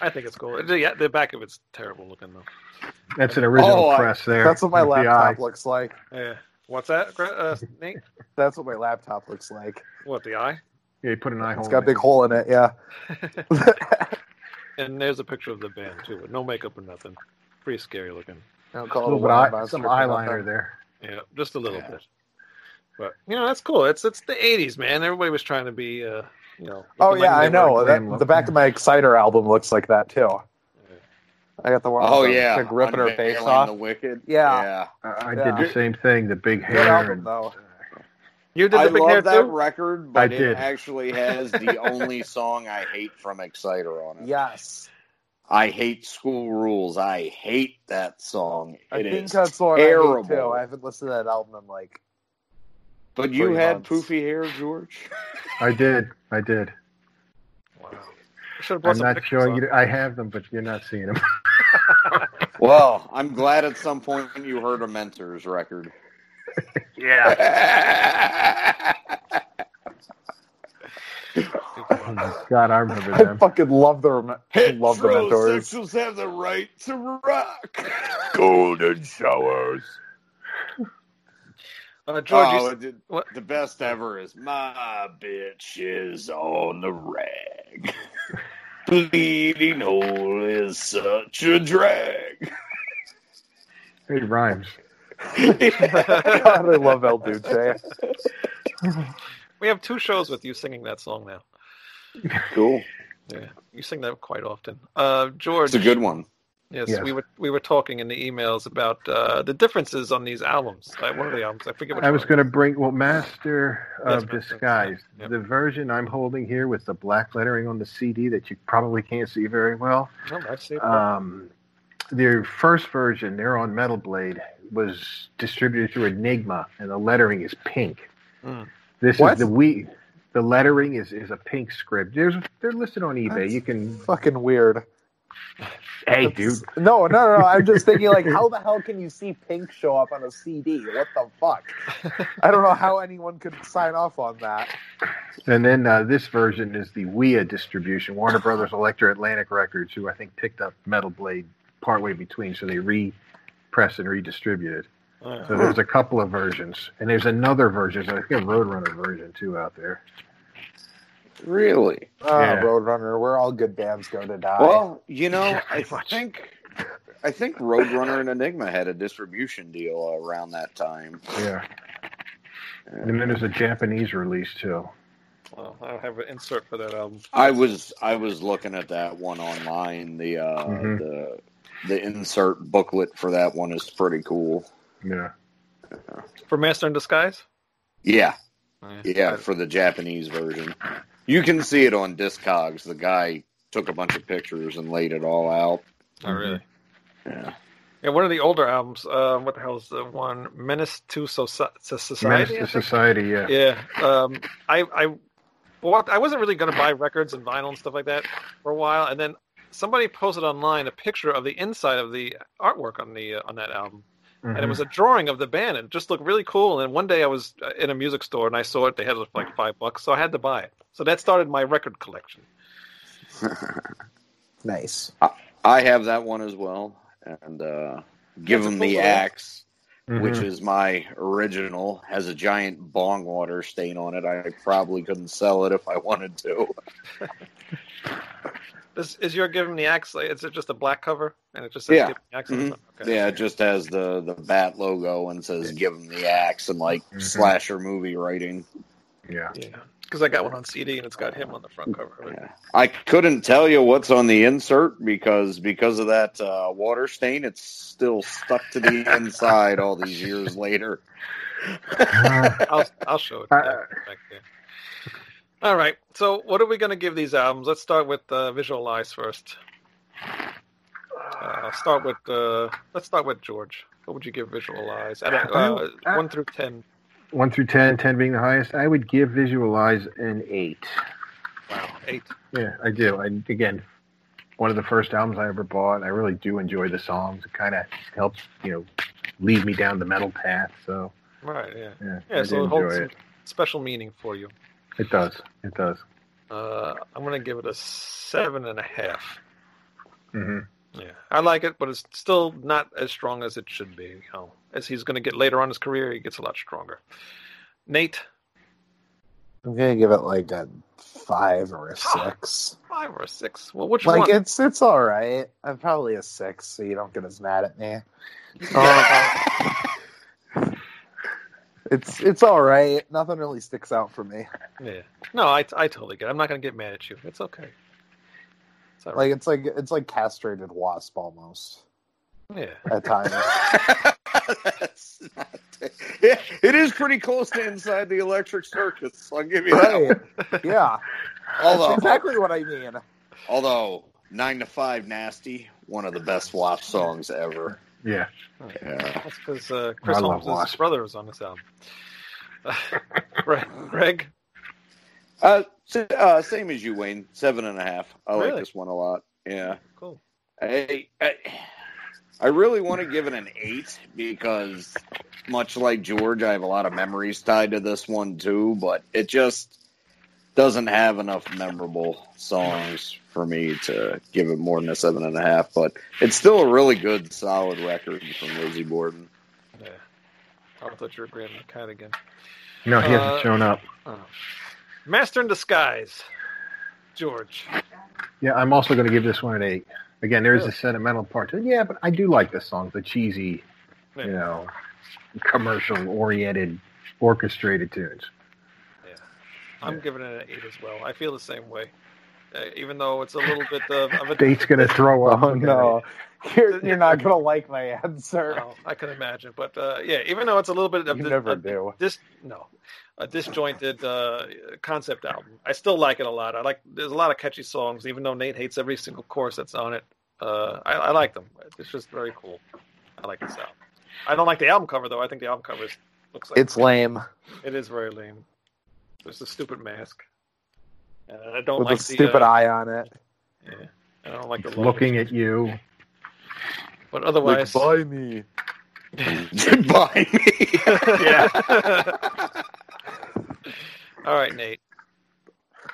S10: I think it's cool. Uh, Yeah, the back of it's terrible looking though.
S9: That's an original
S5: Oh, I-
S9: press there.
S8: That's what my
S9: with the
S8: laptop
S9: eye.
S8: looks like.
S10: Yeah. What's that, Gra- uh, Nate?
S8: That's what my laptop looks like.
S10: What the eye?
S9: Yeah, you put an eye hole.
S8: It's got a
S9: in
S8: big
S9: it.
S8: hole in it. Yeah.
S10: And there's a picture of the band too, with no makeup or nothing. Pretty scary looking.
S8: Don't
S9: A
S8: call
S9: little
S8: it
S9: bit
S8: wine
S9: eye,
S8: monster
S9: some
S8: for
S9: eyeliner
S8: nothing.
S9: there.
S10: Yeah, just a little
S5: Yeah.
S10: bit. But you know that's cool. It's it's the '80s, man. Everybody was trying to be, uh, you know.
S8: Oh
S10: looking
S8: yeah,
S10: like
S8: I
S10: they were.
S8: know.
S9: like glam
S8: That, the back
S9: look.
S8: of my Exciter album looks like that too. I got the one.
S5: oh
S8: with the
S5: yeah,
S8: chick ripping her face
S5: Unveiling
S8: off.
S5: The Wicked.
S8: Yeah.
S9: I I
S8: Uh, Yeah.
S9: did the same thing. The big
S8: Good
S9: hair.
S8: album
S9: And,
S8: though.
S10: You did the
S5: I
S10: big hair
S5: love that
S10: too.
S5: record,
S9: I
S5: but
S9: did.
S5: it actually has the only song I hate from Exciter on it.
S8: Yes.
S5: I hate School Rules. I hate that song.
S8: I
S5: It
S8: think
S5: is
S8: that's the one I hate too.
S5: terrible.
S8: I haven't listened to that album in like
S5: but you
S8: Three
S5: had
S8: months.
S5: poofy hair, George.
S9: I did. I did.
S10: Wow. Should have brought
S9: I'm
S10: some
S9: not
S10: pictures
S9: showing
S10: up.
S9: you. I have them, but you're not seeing them.
S5: well, I'm glad at some point you heard a Mentors record.
S10: Yeah.
S9: Oh my God, I remember
S8: I
S9: them.
S8: fucking love the rem- love the mentors.
S5: Heterosexuals have the right to rock.
S8: Golden showers.
S10: Uh, George, you
S5: Oh,
S10: s-
S5: the-
S10: what?
S5: the best ever is my bitch is on the rag. Bleeding hole is such a drag.
S9: It rhymes.
S8: God, I love El Duce.
S10: we have two shows with you singing that song now.
S5: cool.
S10: Yeah, you sing that quite often. Uh, George,
S5: It's a good one.
S10: yes,
S9: Yes.
S10: we were we were talking in the emails about uh, the differences on these albums. Like one of the albums, I forget. Which
S9: I was
S10: one.
S9: going to bring well, Master of
S10: Master of
S9: Disguise,
S10: Disguise, yeah.
S9: the version I'm holding here with the black lettering on the CD that you probably can't see very well.
S10: No, I'd say-
S9: Um, their first version, they're on Metal Blade, was distributed through Enigma, and the lettering is pink.
S10: Mm.
S9: This is
S8: What?
S9: the we. The lettering is, is a pink script. There's they're listed on eBay.
S8: That's
S9: you can
S8: Fucking weird.
S9: hey
S8: That's- No, no, no. I'm just thinking, like, how the hell can you see Pink show up on a CD? What the fuck? I don't know how anyone could sign off on that.
S9: And then uh, this version is the WEA distribution, Warner Brothers Electro Atlantic Records, who I think picked up Metal Blade partway between, so they re-press and redistributed.
S10: Uh,
S9: So there's a couple of versions, and there's another version. So I think a Roadrunner version too out there.
S5: Really?
S8: Oh,
S9: Yeah.
S8: Roadrunner, where all good bands go to die.
S5: Well, you know, I
S9: pretty much.
S5: think I think Roadrunner and Enigma had a distribution deal around that time.
S9: Yeah. And then there's a Japanese release too.
S10: well, I don't have an insert for that album.
S5: I was I was looking at that one online. The uh,
S10: Mm-hmm.
S9: Mhm.
S5: the the insert booklet for that one is pretty cool.
S9: Yeah.
S10: For Master in Disguise.
S5: Yeah,
S10: Yeah.
S5: yeah, for the Japanese version. You can see it on Discogs. The guy took a bunch of pictures and laid it all out.
S10: Oh, really?
S5: Yeah.
S10: Yeah, one of the older albums. Uh, what the hell is the one? Menace to Soci- to
S9: Menace
S10: Society. I
S9: to
S10: think?
S9: society, yeah.
S10: Yeah. Um, I I bought, I wasn't really going to buy records and vinyl and stuff like that for a while, and then somebody posted online a picture of the inside of the artwork on the uh, on that album, and it
S9: Mhm.
S10: was a drawing of the band, and it just looked really cool. And then one day I was uh, in a music store and I saw it. They had it for like five bucks, so I had to buy it. So that started my record collection.
S8: Nice.
S5: I have that one as well. And uh, Give
S10: That's a
S5: Him
S10: cool
S5: the
S10: one.
S5: Axe,
S9: Mhm.
S5: which is my original, has a giant bong water stain on it. I probably couldn't sell it if I wanted to.
S10: This is your giving the axe. like, Is it just a black cover and it just says
S5: Yeah.
S10: Give 'Em the axe? on the
S5: Mhm.
S10: front? Okay.
S5: Yeah, it just has the, the bat logo and says Give Him the Axe and like
S9: Mhm.
S5: slasher movie writing.
S9: Mm-hmm. yeah.
S10: Yeah, because I got one on CD and it's got him on the front cover. of it.
S5: Yeah. I couldn't tell you what's on the insert because because of that uh, water stain, it's still stuck to the inside all these years later.
S9: Uh,
S10: I'll I'll show it.
S9: Uh,
S10: back there. All right. So what are we going to give these albums? Let's start with uh, Visualize first. Uh, I'll start with uh, let's start with George. What would you give Visualize? I don't, uh,
S9: I-
S10: one through ten.
S9: one through 10, 10 being the highest, I would give Visualize an eight.
S10: Wow, eight.
S9: Yeah, I do. I again, one of the first albums I ever bought. I really do enjoy the songs. It kind of helps, you know, lead me down the metal path. So
S10: Right. Yeah.
S9: yeah, I
S10: Yeah.
S9: do
S10: so it
S9: enjoy
S10: holds some
S9: it.
S10: special meaning for you.
S9: It does. It does.
S10: Uh, I'm going to give it a seven and a half.
S9: hmm
S10: Yeah, I like it, but it's still not as strong as it should be. You know, as he's going to get later on in his career, he gets a lot stronger. Nate,
S8: I'm gonna give it like a five or a six.
S10: five or six? Well, which
S8: like
S10: one?
S8: it's it's all right. I'm probably a six, so you don't get as mad at me. Um, It's it's all right. Nothing really sticks out for me.
S10: Yeah. No, I, I totally get. it. I'm not going to get mad at you. It's okay. It's all right.
S8: Like it's like it's like castrated wasp almost
S10: yeah.
S8: at times.
S5: That's not yeah, it is pretty close to inside the electric circus. I'll give you that.
S8: right? Yeah, that's
S5: Although,
S8: exactly what I mean.
S5: although nine to five, nasty, one of the best WAP songs ever.
S9: Yeah.
S5: Yeah.
S10: That's because uh, Chris
S9: I love
S10: Holmes'
S9: Wasp.
S10: brother was on this album. Uh, Greg, Greg,
S5: Uh, s- uh, same as you, Wayne. Seven and a half. I
S10: Really?
S5: like this one a lot. Yeah.
S10: cool.
S5: I, I, I really want to give it an eight because, much like George, I have a lot of memories tied to this one too. But it just doesn't have enough memorable songs for me to give it more than a seven and a half. But it's still a really good, solid record from Lizzie Borden.
S10: Yeah. Oh, I thought you were grabbing the cat again.
S9: No, he
S10: Uh,
S9: hasn't shown up.
S10: Oh. Master in Disguise, George.
S9: Yeah, I'm also going to give this one an eight. Again, there is
S10: Really?
S9: a sentimental part to it. Yeah, but I do like the songs, the cheesy,
S10: Yeah.
S9: you know, commercial-oriented, orchestrated tunes.
S10: I'm giving it an eight as well. I feel the same way, uh, even though it's a little bit of, of a.
S9: Date's going to throw up.
S8: Oh no, you're
S10: Didn't-
S8: you're not gonna like my answer.
S10: No, I can imagine, but uh, yeah, even though it's a little bit of
S8: You
S10: the-
S8: never
S10: of
S8: do.
S10: this no, a disjointed uh, concept album. I still like it a lot. I like there's a lot of catchy songs, even though Nate hates every single chorus that's on it. Uh, I, I like them. It's just very cool. I like this album. I don't like the album cover though. I think the album cover is, looks like
S8: It's lame
S10: it is very lame. There's a stupid mask, and I don't
S8: with
S10: like
S8: a
S10: the,
S8: stupid
S10: uh,
S8: eye on it.
S10: yeah. I don't like the logo.
S9: Looking at you.
S10: but otherwise,
S8: me.
S5: Buy me.
S10: yeah. All right, Nate.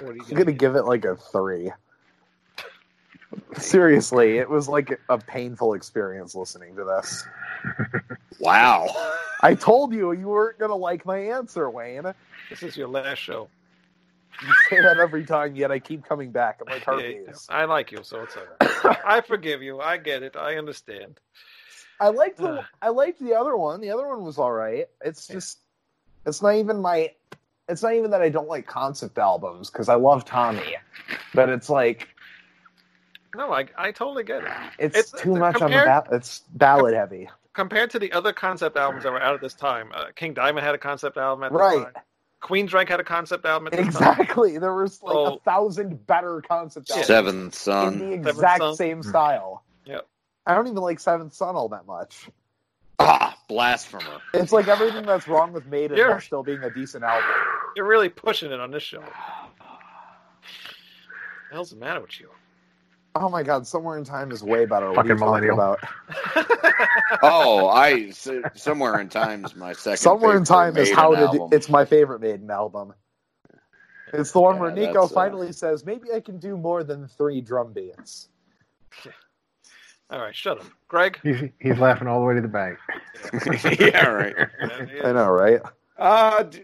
S10: What are you
S8: I'm gonna give it like a three. Seriously, it was like a painful experience listening to this.
S5: Wow.
S8: I told you you weren't gonna like my answer, Wayne.
S10: This is your last show.
S8: You say that every time, yet I keep coming back. I'm like
S10: Yeah,
S8: herpes.
S10: I like you, so it's all right. I forgive you. I get it. I understand.
S8: I liked the I liked the other one. The other one was all right. It's just it's not even my it's not even that I don't like concept albums because I love Tommy, but it's like
S10: No, I, I totally get it.
S8: it's,
S10: It's-
S8: too much
S10: compared-
S8: on the ba- it's ballad heavy.
S10: Compared to the other concept albums that were out at this time, uh, King Diamond had a concept album at the
S8: Right.
S10: time. Queensryche had a concept album at this time.
S8: Exactly. There was like
S10: So-
S8: a thousand better concept albums
S5: Seven
S8: in
S5: Son. Hmm.
S8: the
S10: Seventh
S8: exact
S10: Son.
S8: same style.
S10: Yep.
S8: I don't even like Seventh Son all that much.
S5: Ah, blasphemer.
S8: It's like everything that's wrong with Maiden
S10: Yeah.
S8: while still being a decent album.
S10: You're really pushing it on this show. What the hell's the matter with you?
S8: Oh my god, Somewhere in Time is way better. What are
S9: Fucking
S8: you talking
S9: millennial.
S8: about?
S5: Oh, I s- somewhere in time's my second.
S8: Somewhere in
S5: favorite
S8: Time is
S5: Maiden
S8: how to do,
S5: album.
S8: it's my favorite Maiden album. It's the one where
S5: Yeah,
S8: Nico
S5: that's, uh,
S8: finally says, "Maybe I can do more than three drum beats."
S10: All right, shut up. Greg?
S9: He's he's laughing all the way to the bank.
S5: yeah, right.
S8: I know, right?
S5: Uh, d-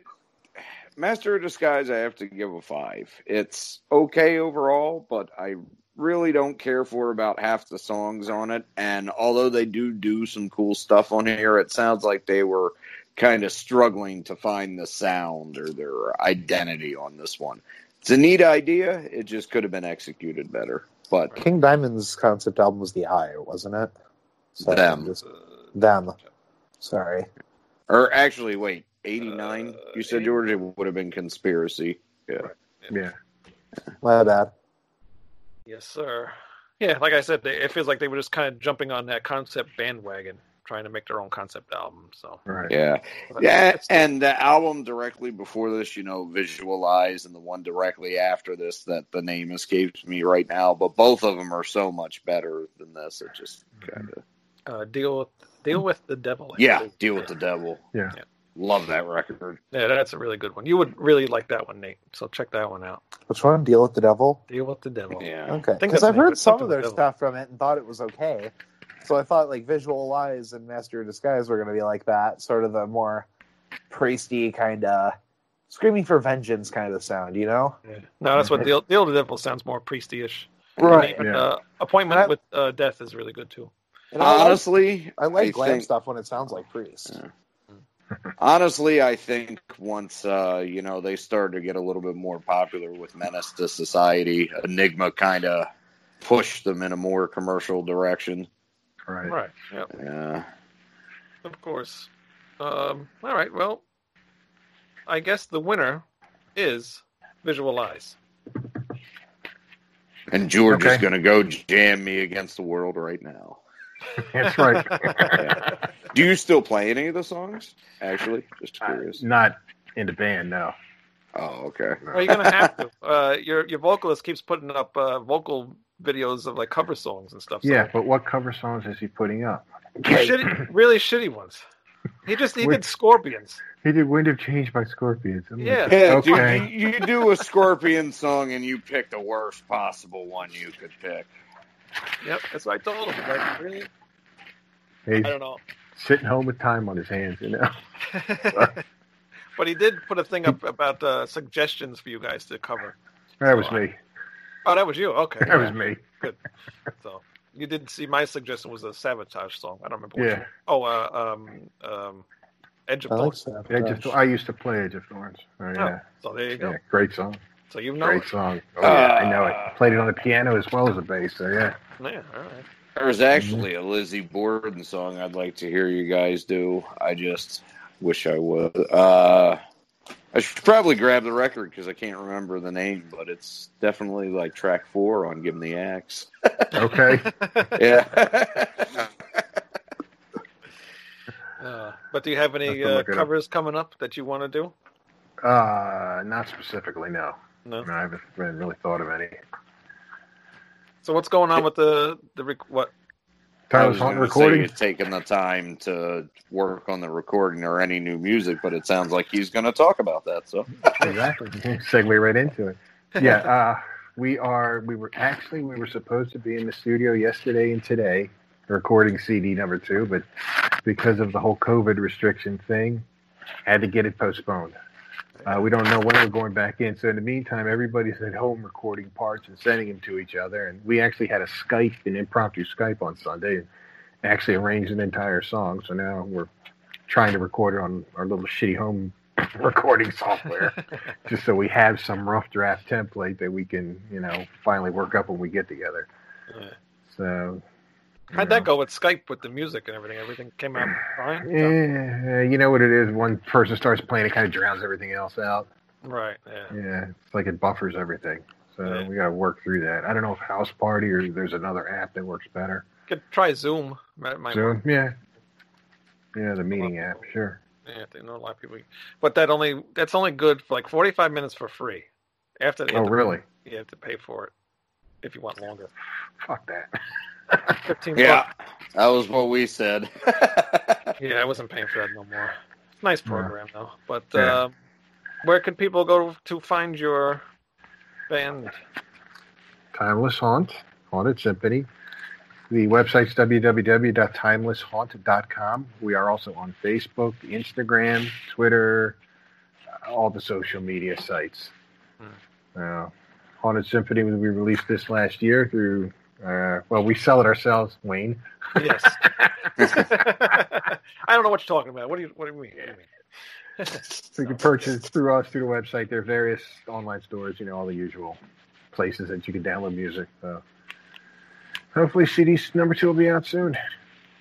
S5: Master of Disguise, I have to give a five. It's okay overall, but I really don't care for about half the songs on it. And although they do do some cool stuff on here, it sounds like they were kind of struggling to find the sound or their identity on this one. It's a neat idea. It just could have been executed better. But
S8: King Diamond's concept album was the Eye, wasn't it? Sorry,
S5: Them.
S8: I'm
S10: Uh,
S8: just- them. Sorry.
S5: or actually, wait, eighty nine.
S10: Uh,
S5: you said George it would have been conspiracy.
S9: Yeah.
S8: My bad.
S10: Yes, sir. Yeah, like I said, they, it feels like they were just kind of jumping on that concept bandwagon, trying to make their own concept album. So,
S9: Right.
S5: Yeah.
S10: but
S5: Yeah,
S10: it's-
S5: and the album directly before this, you know, Visualize, and the one directly after this that the name escapes me right now, but both of them are so much better than this. It just kind of
S10: uh, deal with deal with the devil. I
S5: yeah,
S10: believe.
S5: deal with the devil.
S9: Yeah.
S10: Yeah.
S5: love that record.
S10: Yeah, that's a really good one. You would really like that one, Nate. So check that one out.
S8: Which one? Deal with the Devil.
S10: Deal with the devil.
S5: Yeah,
S8: Okay,
S10: I think
S8: because
S10: that's
S8: I've
S10: the name,
S8: heard
S10: it's
S8: some
S10: something
S8: of their
S10: with devil.
S8: stuff from it and thought it was okay. So I thought like Visualize and Master of Disguise were going to be like that, sort of the more priesty kind of screaming for vengeance kind of sound, you know?
S10: Yeah. No, that's what deal deal with the devil sounds more priestyish.
S8: Right.
S9: Yeah.
S10: Uh, appointment
S8: And I-
S10: with uh, death is really good too.
S8: And I like,
S5: honestly,
S8: I like
S5: I
S8: glam
S5: think-
S8: stuff when it sounds like priest.
S5: Yeah. Honestly, I think once uh, you know they started to get a little bit more popular with Menace to Society, Enigma kind of pushed them in a more commercial direction. uh,
S9: Right.
S10: Right. Yep.
S5: Yeah.
S10: Of course. Um, all right. Well, I guess the winner is Visualize.
S5: And George is
S9: Okay.
S5: going to go jam me against the world right now.
S9: That's right.
S5: Do you still play any of the songs? Actually, just
S9: Uh,
S5: curious.
S9: Not in the band, no.
S5: oh, okay.
S10: Well, you're gonna have to. Uh, your your vocalist keeps putting up uh, vocal videos of like cover songs and stuff. so-
S9: Yeah, but what cover songs is he putting up?
S10: shitty, really shitty ones. He just he
S9: Which-
S10: did Scorpions.
S9: He did Wind of Change by Scorpions. I'm like,
S10: Yeah.
S5: Yeah, dude,
S9: Okay.
S5: you, you do a Scorpion song and you pick the worst possible one you could pick.
S10: Yep, that's what I told him. Like, really? I
S9: He's
S10: don't know.
S9: sitting home with time on his hands, you know.
S10: but he did put a thing up about uh, suggestions for you guys to cover.
S9: That was me.
S10: Oh, that was you. Okay.
S9: That was me.
S10: So you didn't see my suggestion was a sabotage song. I don't remember. What
S9: Yeah.
S10: you- oh, uh, um, um, Edge of
S8: I like
S10: Thorns.
S8: stuff.
S9: I just I used to play Edge of Thorns. Oh, yeah.
S10: So there you go. Uh,
S9: yeah, great song.
S10: So you know.
S9: Great
S10: it.
S9: song. Oh, yeah, I know it. Played it on the piano as well as the bass. So yeah.
S10: Yeah. All right.
S5: There's actually a Lizzie Borden song I'd like to hear you guys do. I just wish I would. Uh, I should probably grab the record because I can't remember the name, but it's definitely like track four on Give 'Em the Axe.
S9: Okay.
S5: Yeah.
S10: Uh, but do you have
S9: Have
S10: any
S9: to
S10: uh,
S9: look it up.
S10: covers coming up that you want to do?
S9: uh, not specifically. No.
S10: No.
S9: No, I haven't really really thought of any.
S10: So what's going on with the the rec- what?
S5: I was
S9: Tyler's
S5: going to say
S9: Hunt recording.
S5: he's taking the time to work on the recording or any new music, but it sounds like he's going to talk about that. So
S9: exactly. Segue right into it. Yeah, uh, we are. We were actually we were supposed to be in the studio yesterday and today recording CD number two, but because of the whole COVID restriction thing, had to get it postponed. Uh, we don't know when we're going back in. So in the meantime, everybody's at home recording parts and sending them to each other. And we actually had a Skype, an impromptu Skype on Sunday, and actually arranged an entire song. So now we're trying to record it on our little shitty home recording software just so we have some rough draft template that we can, you know, finally work up when we get together.
S10: Yeah.
S9: So
S10: How'd that go with Skype with the music and everything? Everything came out fine?
S9: Yeah, you know what it is. One person starts playing, it kind of drowns everything else out.
S10: Right, yeah.
S9: Yeah, it's like it buffers everything. So
S10: Yeah.
S9: we got to work through that. I don't know if House Party or there's another app that works better.
S10: Could try Zoom. That might work.
S9: Zoom, yeah, yeah, the meeting app, sure.
S10: Yeah, they know a lot of people. But that only that's only good for like forty five minutes for free. After you
S9: Oh,
S10: have to-
S9: really?
S10: You have to pay for it if you want longer.
S9: Fuck that.
S10: Fifteen.
S5: Yeah, that was what we said.
S10: bucks. Yeah, I wasn't paying for that no more. It's a nice program though. But
S9: Yeah.
S10: uh, where can people go to find your band?
S9: Timeless Haunt, Haunted Symphony. The website's www.timelesshaunt.com. We are also on Facebook, Instagram, Twitter, uh, all the social media sites. Uh, Haunted Symphony, we released this last year through, uh, well, we sell it ourselves, Wayne.
S10: Yes. I don't know what you're talking about. What do you What do you mean? What do you mean?
S9: So you can purchase through us, through the website. There are various online stores, you know, all the usual places that you can download music. So hopefully, CD's number two will be out soon.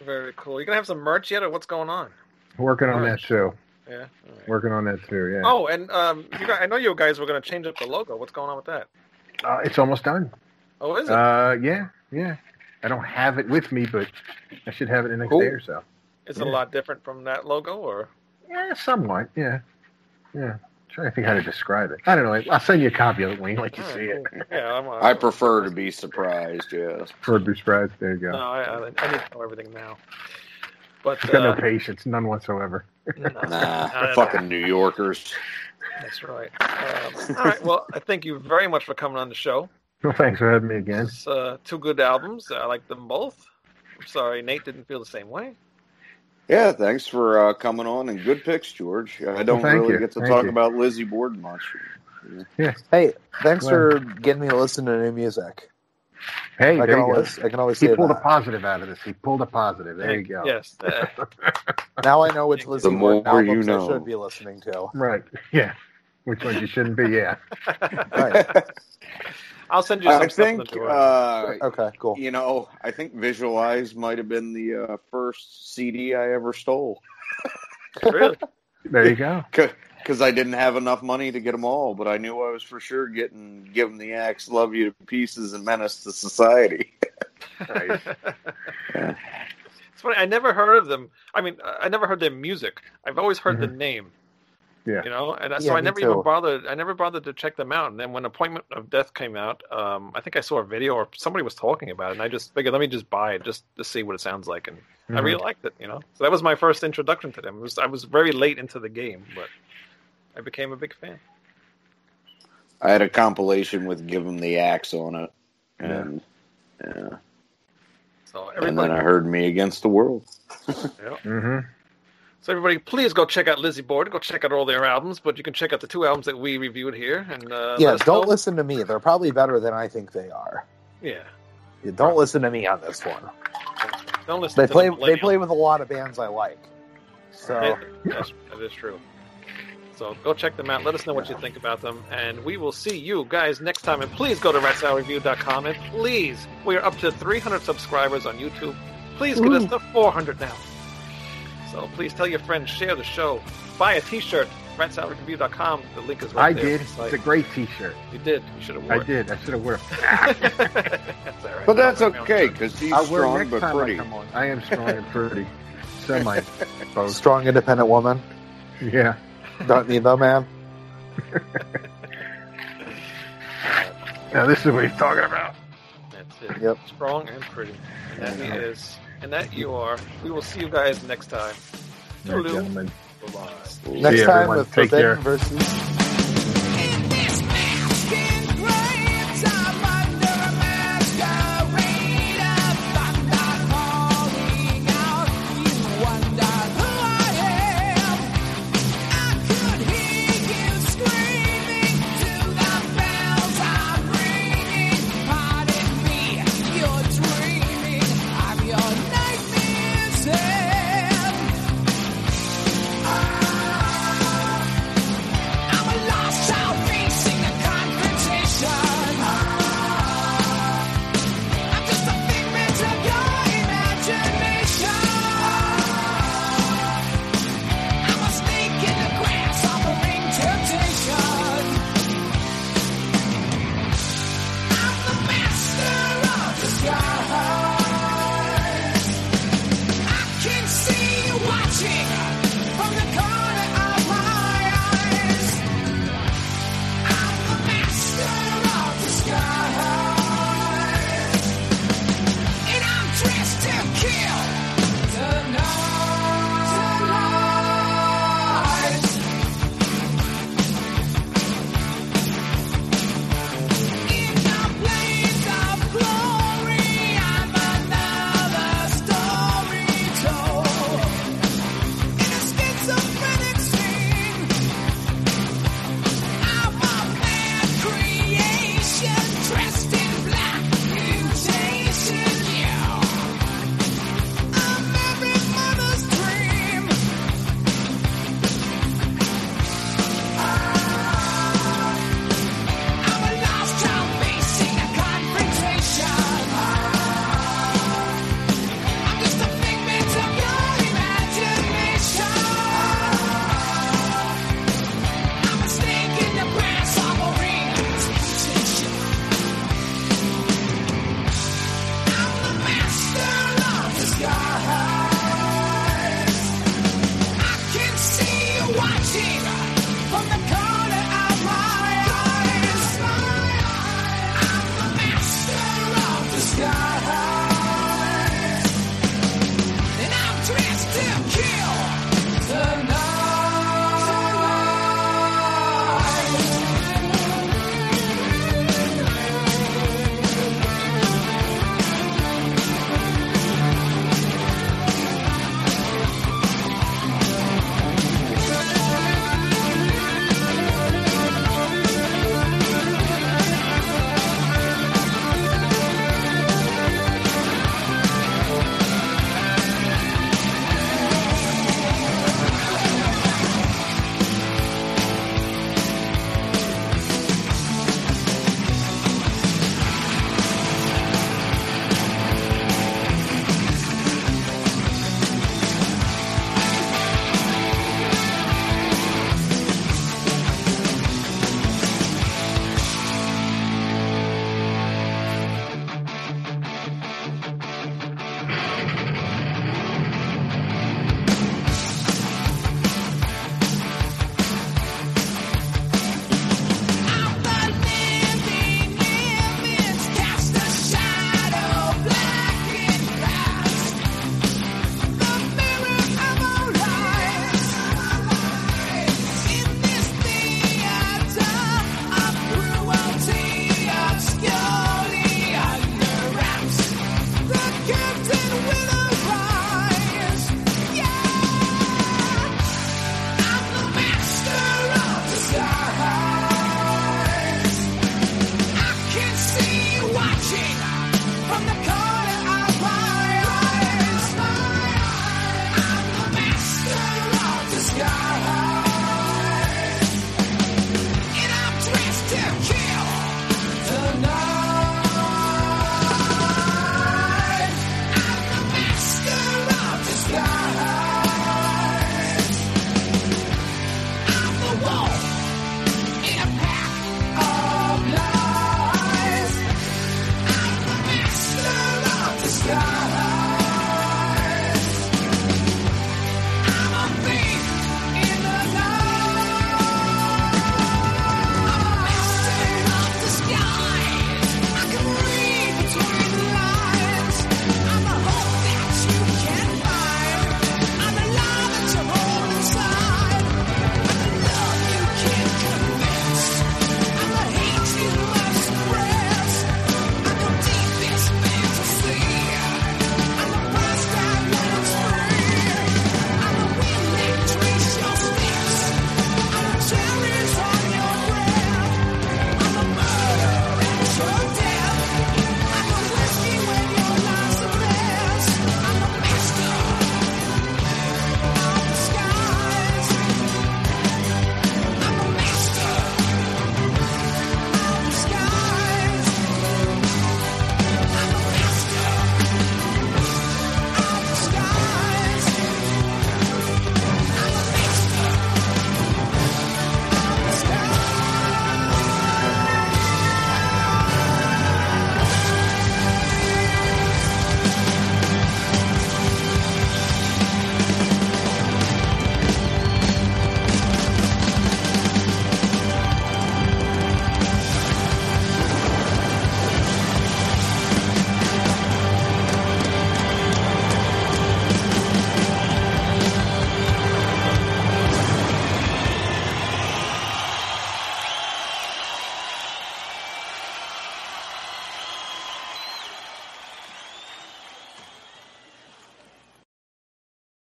S10: Very cool. You gonna have some merch yet, or what's going on?
S9: Working on that too.
S10: Yeah. All right.
S9: Working on that too. Yeah.
S10: Oh, and um, you guys, I know you guys were gonna change up the logo. What's going on with that?
S9: Uh, it's almost done.
S10: Oh, is it?
S9: Uh, yeah, yeah. I don't have it with me, but I should have it in the next
S5: Cool.
S9: day or so.
S10: Is it a lot different from that logo, or
S9: Yeah, somewhat. Yeah, yeah. trying to think how to describe it. I don't know. I'll send you a copy of it when you like you
S10: All right,
S9: see it.
S10: cool. yeah, I'm. uh,
S5: I prefer to be surprised. Yes.
S9: For be surprised. There you go.
S10: No, I, I, I need to know everything now. But
S9: I've got
S10: uh,
S9: no patience, none whatsoever.
S10: no,
S5: Nah,
S10: no, no,
S5: fucking New Yorkers.
S10: That's right. Um, all right. Well, I thank you very much for coming on the show.
S9: Well, thanks for having me again.
S10: It's uh, two good albums. I like them both. I'm sorry, Nate didn't feel the same way.
S5: Yeah, thanks for uh, coming on and good picks, George. I don't
S9: thank
S5: really
S9: you.
S5: get to
S9: Thank
S5: talk
S9: you.
S5: about Lizzie Borden much.
S8: Hey, thanks
S9: Well.
S8: for getting me to listen to new music.
S9: Hey,
S8: I
S9: there
S8: can
S9: you go.
S8: always I can always
S9: He
S8: say
S9: pulled a
S8: that.
S9: positive out of this. He pulled a positive. There you
S10: Thank-
S9: go.
S10: Yes. uh,
S8: Now I know which
S10: The
S8: Lizzie
S5: more
S8: Borden albums
S5: you
S8: I
S5: know.
S8: should be listening to.
S9: Right. Yeah. Which ones you shouldn't be. Yeah.
S8: Right.
S10: I'll send you some
S5: I
S10: stuff in the
S5: think
S10: drawer.
S5: uh,
S8: Okay, cool.
S5: you know. I think Visualize might have been the uh, first CD I ever stole
S10: really?
S9: There you go.
S5: because I didn't have enough money to get them all, but I knew I was for sure getting "Give 'Em the Axe," "Love You to Pieces," and "Menace to Society."
S9: Nice.
S10: It's funny. I never heard of them. I mean, I I never heard their music. I've always heard the name.
S9: Yeah.
S10: You know, and I-
S8: Yeah,
S10: so I
S8: me
S10: never
S8: too.
S10: even bothered. I never bothered to check them out. And then when Appointment of Death came out, um, I think I saw a video or somebody was talking about it, and I just figured, let me just buy it just to see what it sounds like, and I
S9: Mhm.
S10: really liked it. You know, so that was my first introduction to them. It was, I was very late into the game, but I became a big fan.
S5: I had a compilation with "Give 'Em the Axe" on it, and yeah.
S10: So
S5: and then
S10: everybody,
S5: I heard "Me Against the World."
S9: hmm
S10: so everybody, please go check out Lizzie Borden. Go check out all their albums, but you can check out the two albums that we reviewed here. And uh, let
S8: Yeah,
S10: us
S8: don't
S10: know-
S8: listen to me. They're probably better than I think they are.
S10: Yeah,
S8: Yeah, don't listen to me on this one.
S10: don't listen.
S8: They
S10: to
S8: play
S10: the
S8: they
S10: millennials.
S8: play with a lot of bands I like. So
S10: That- that's, that is true. So go check them out. Let us know what you think about them, and we will see you guys next time. And please go to ratsalreview.com, and please, we are up to 300 subscribers on YouTube. Please get us to 400 now. So please tell your friends, share the show, buy a T-shirt, ratsalreview.com. The link is right
S9: I
S10: there.
S9: did.
S10: It's
S9: It's
S10: like-
S9: a great T-shirt.
S10: you did. You should have
S9: I
S10: worn.
S9: did. I should have worn. it.
S10: that's all right.
S5: But that's
S10: I'll let you
S5: okay
S10: know.
S5: because he's
S9: I will
S5: strong
S9: next
S5: but
S9: time I
S5: pretty.
S9: come on. I am strong and pretty. So am I, folks.
S8: strong independent woman.
S9: Yeah.
S8: Don't need no man.
S9: Now this is what he's talking about.
S10: That's it.
S8: Yep.
S10: Strong and pretty. And that he is. And that you are. We will see you guys next time.
S9: All right,
S10: Toodaloo.
S9: gentlemen.
S10: Bye-bye.
S8: Next
S9: See you,
S8: time
S9: everyone.
S8: with
S9: Take
S8: Forbidden
S9: care.
S8: versus
S7: Ah.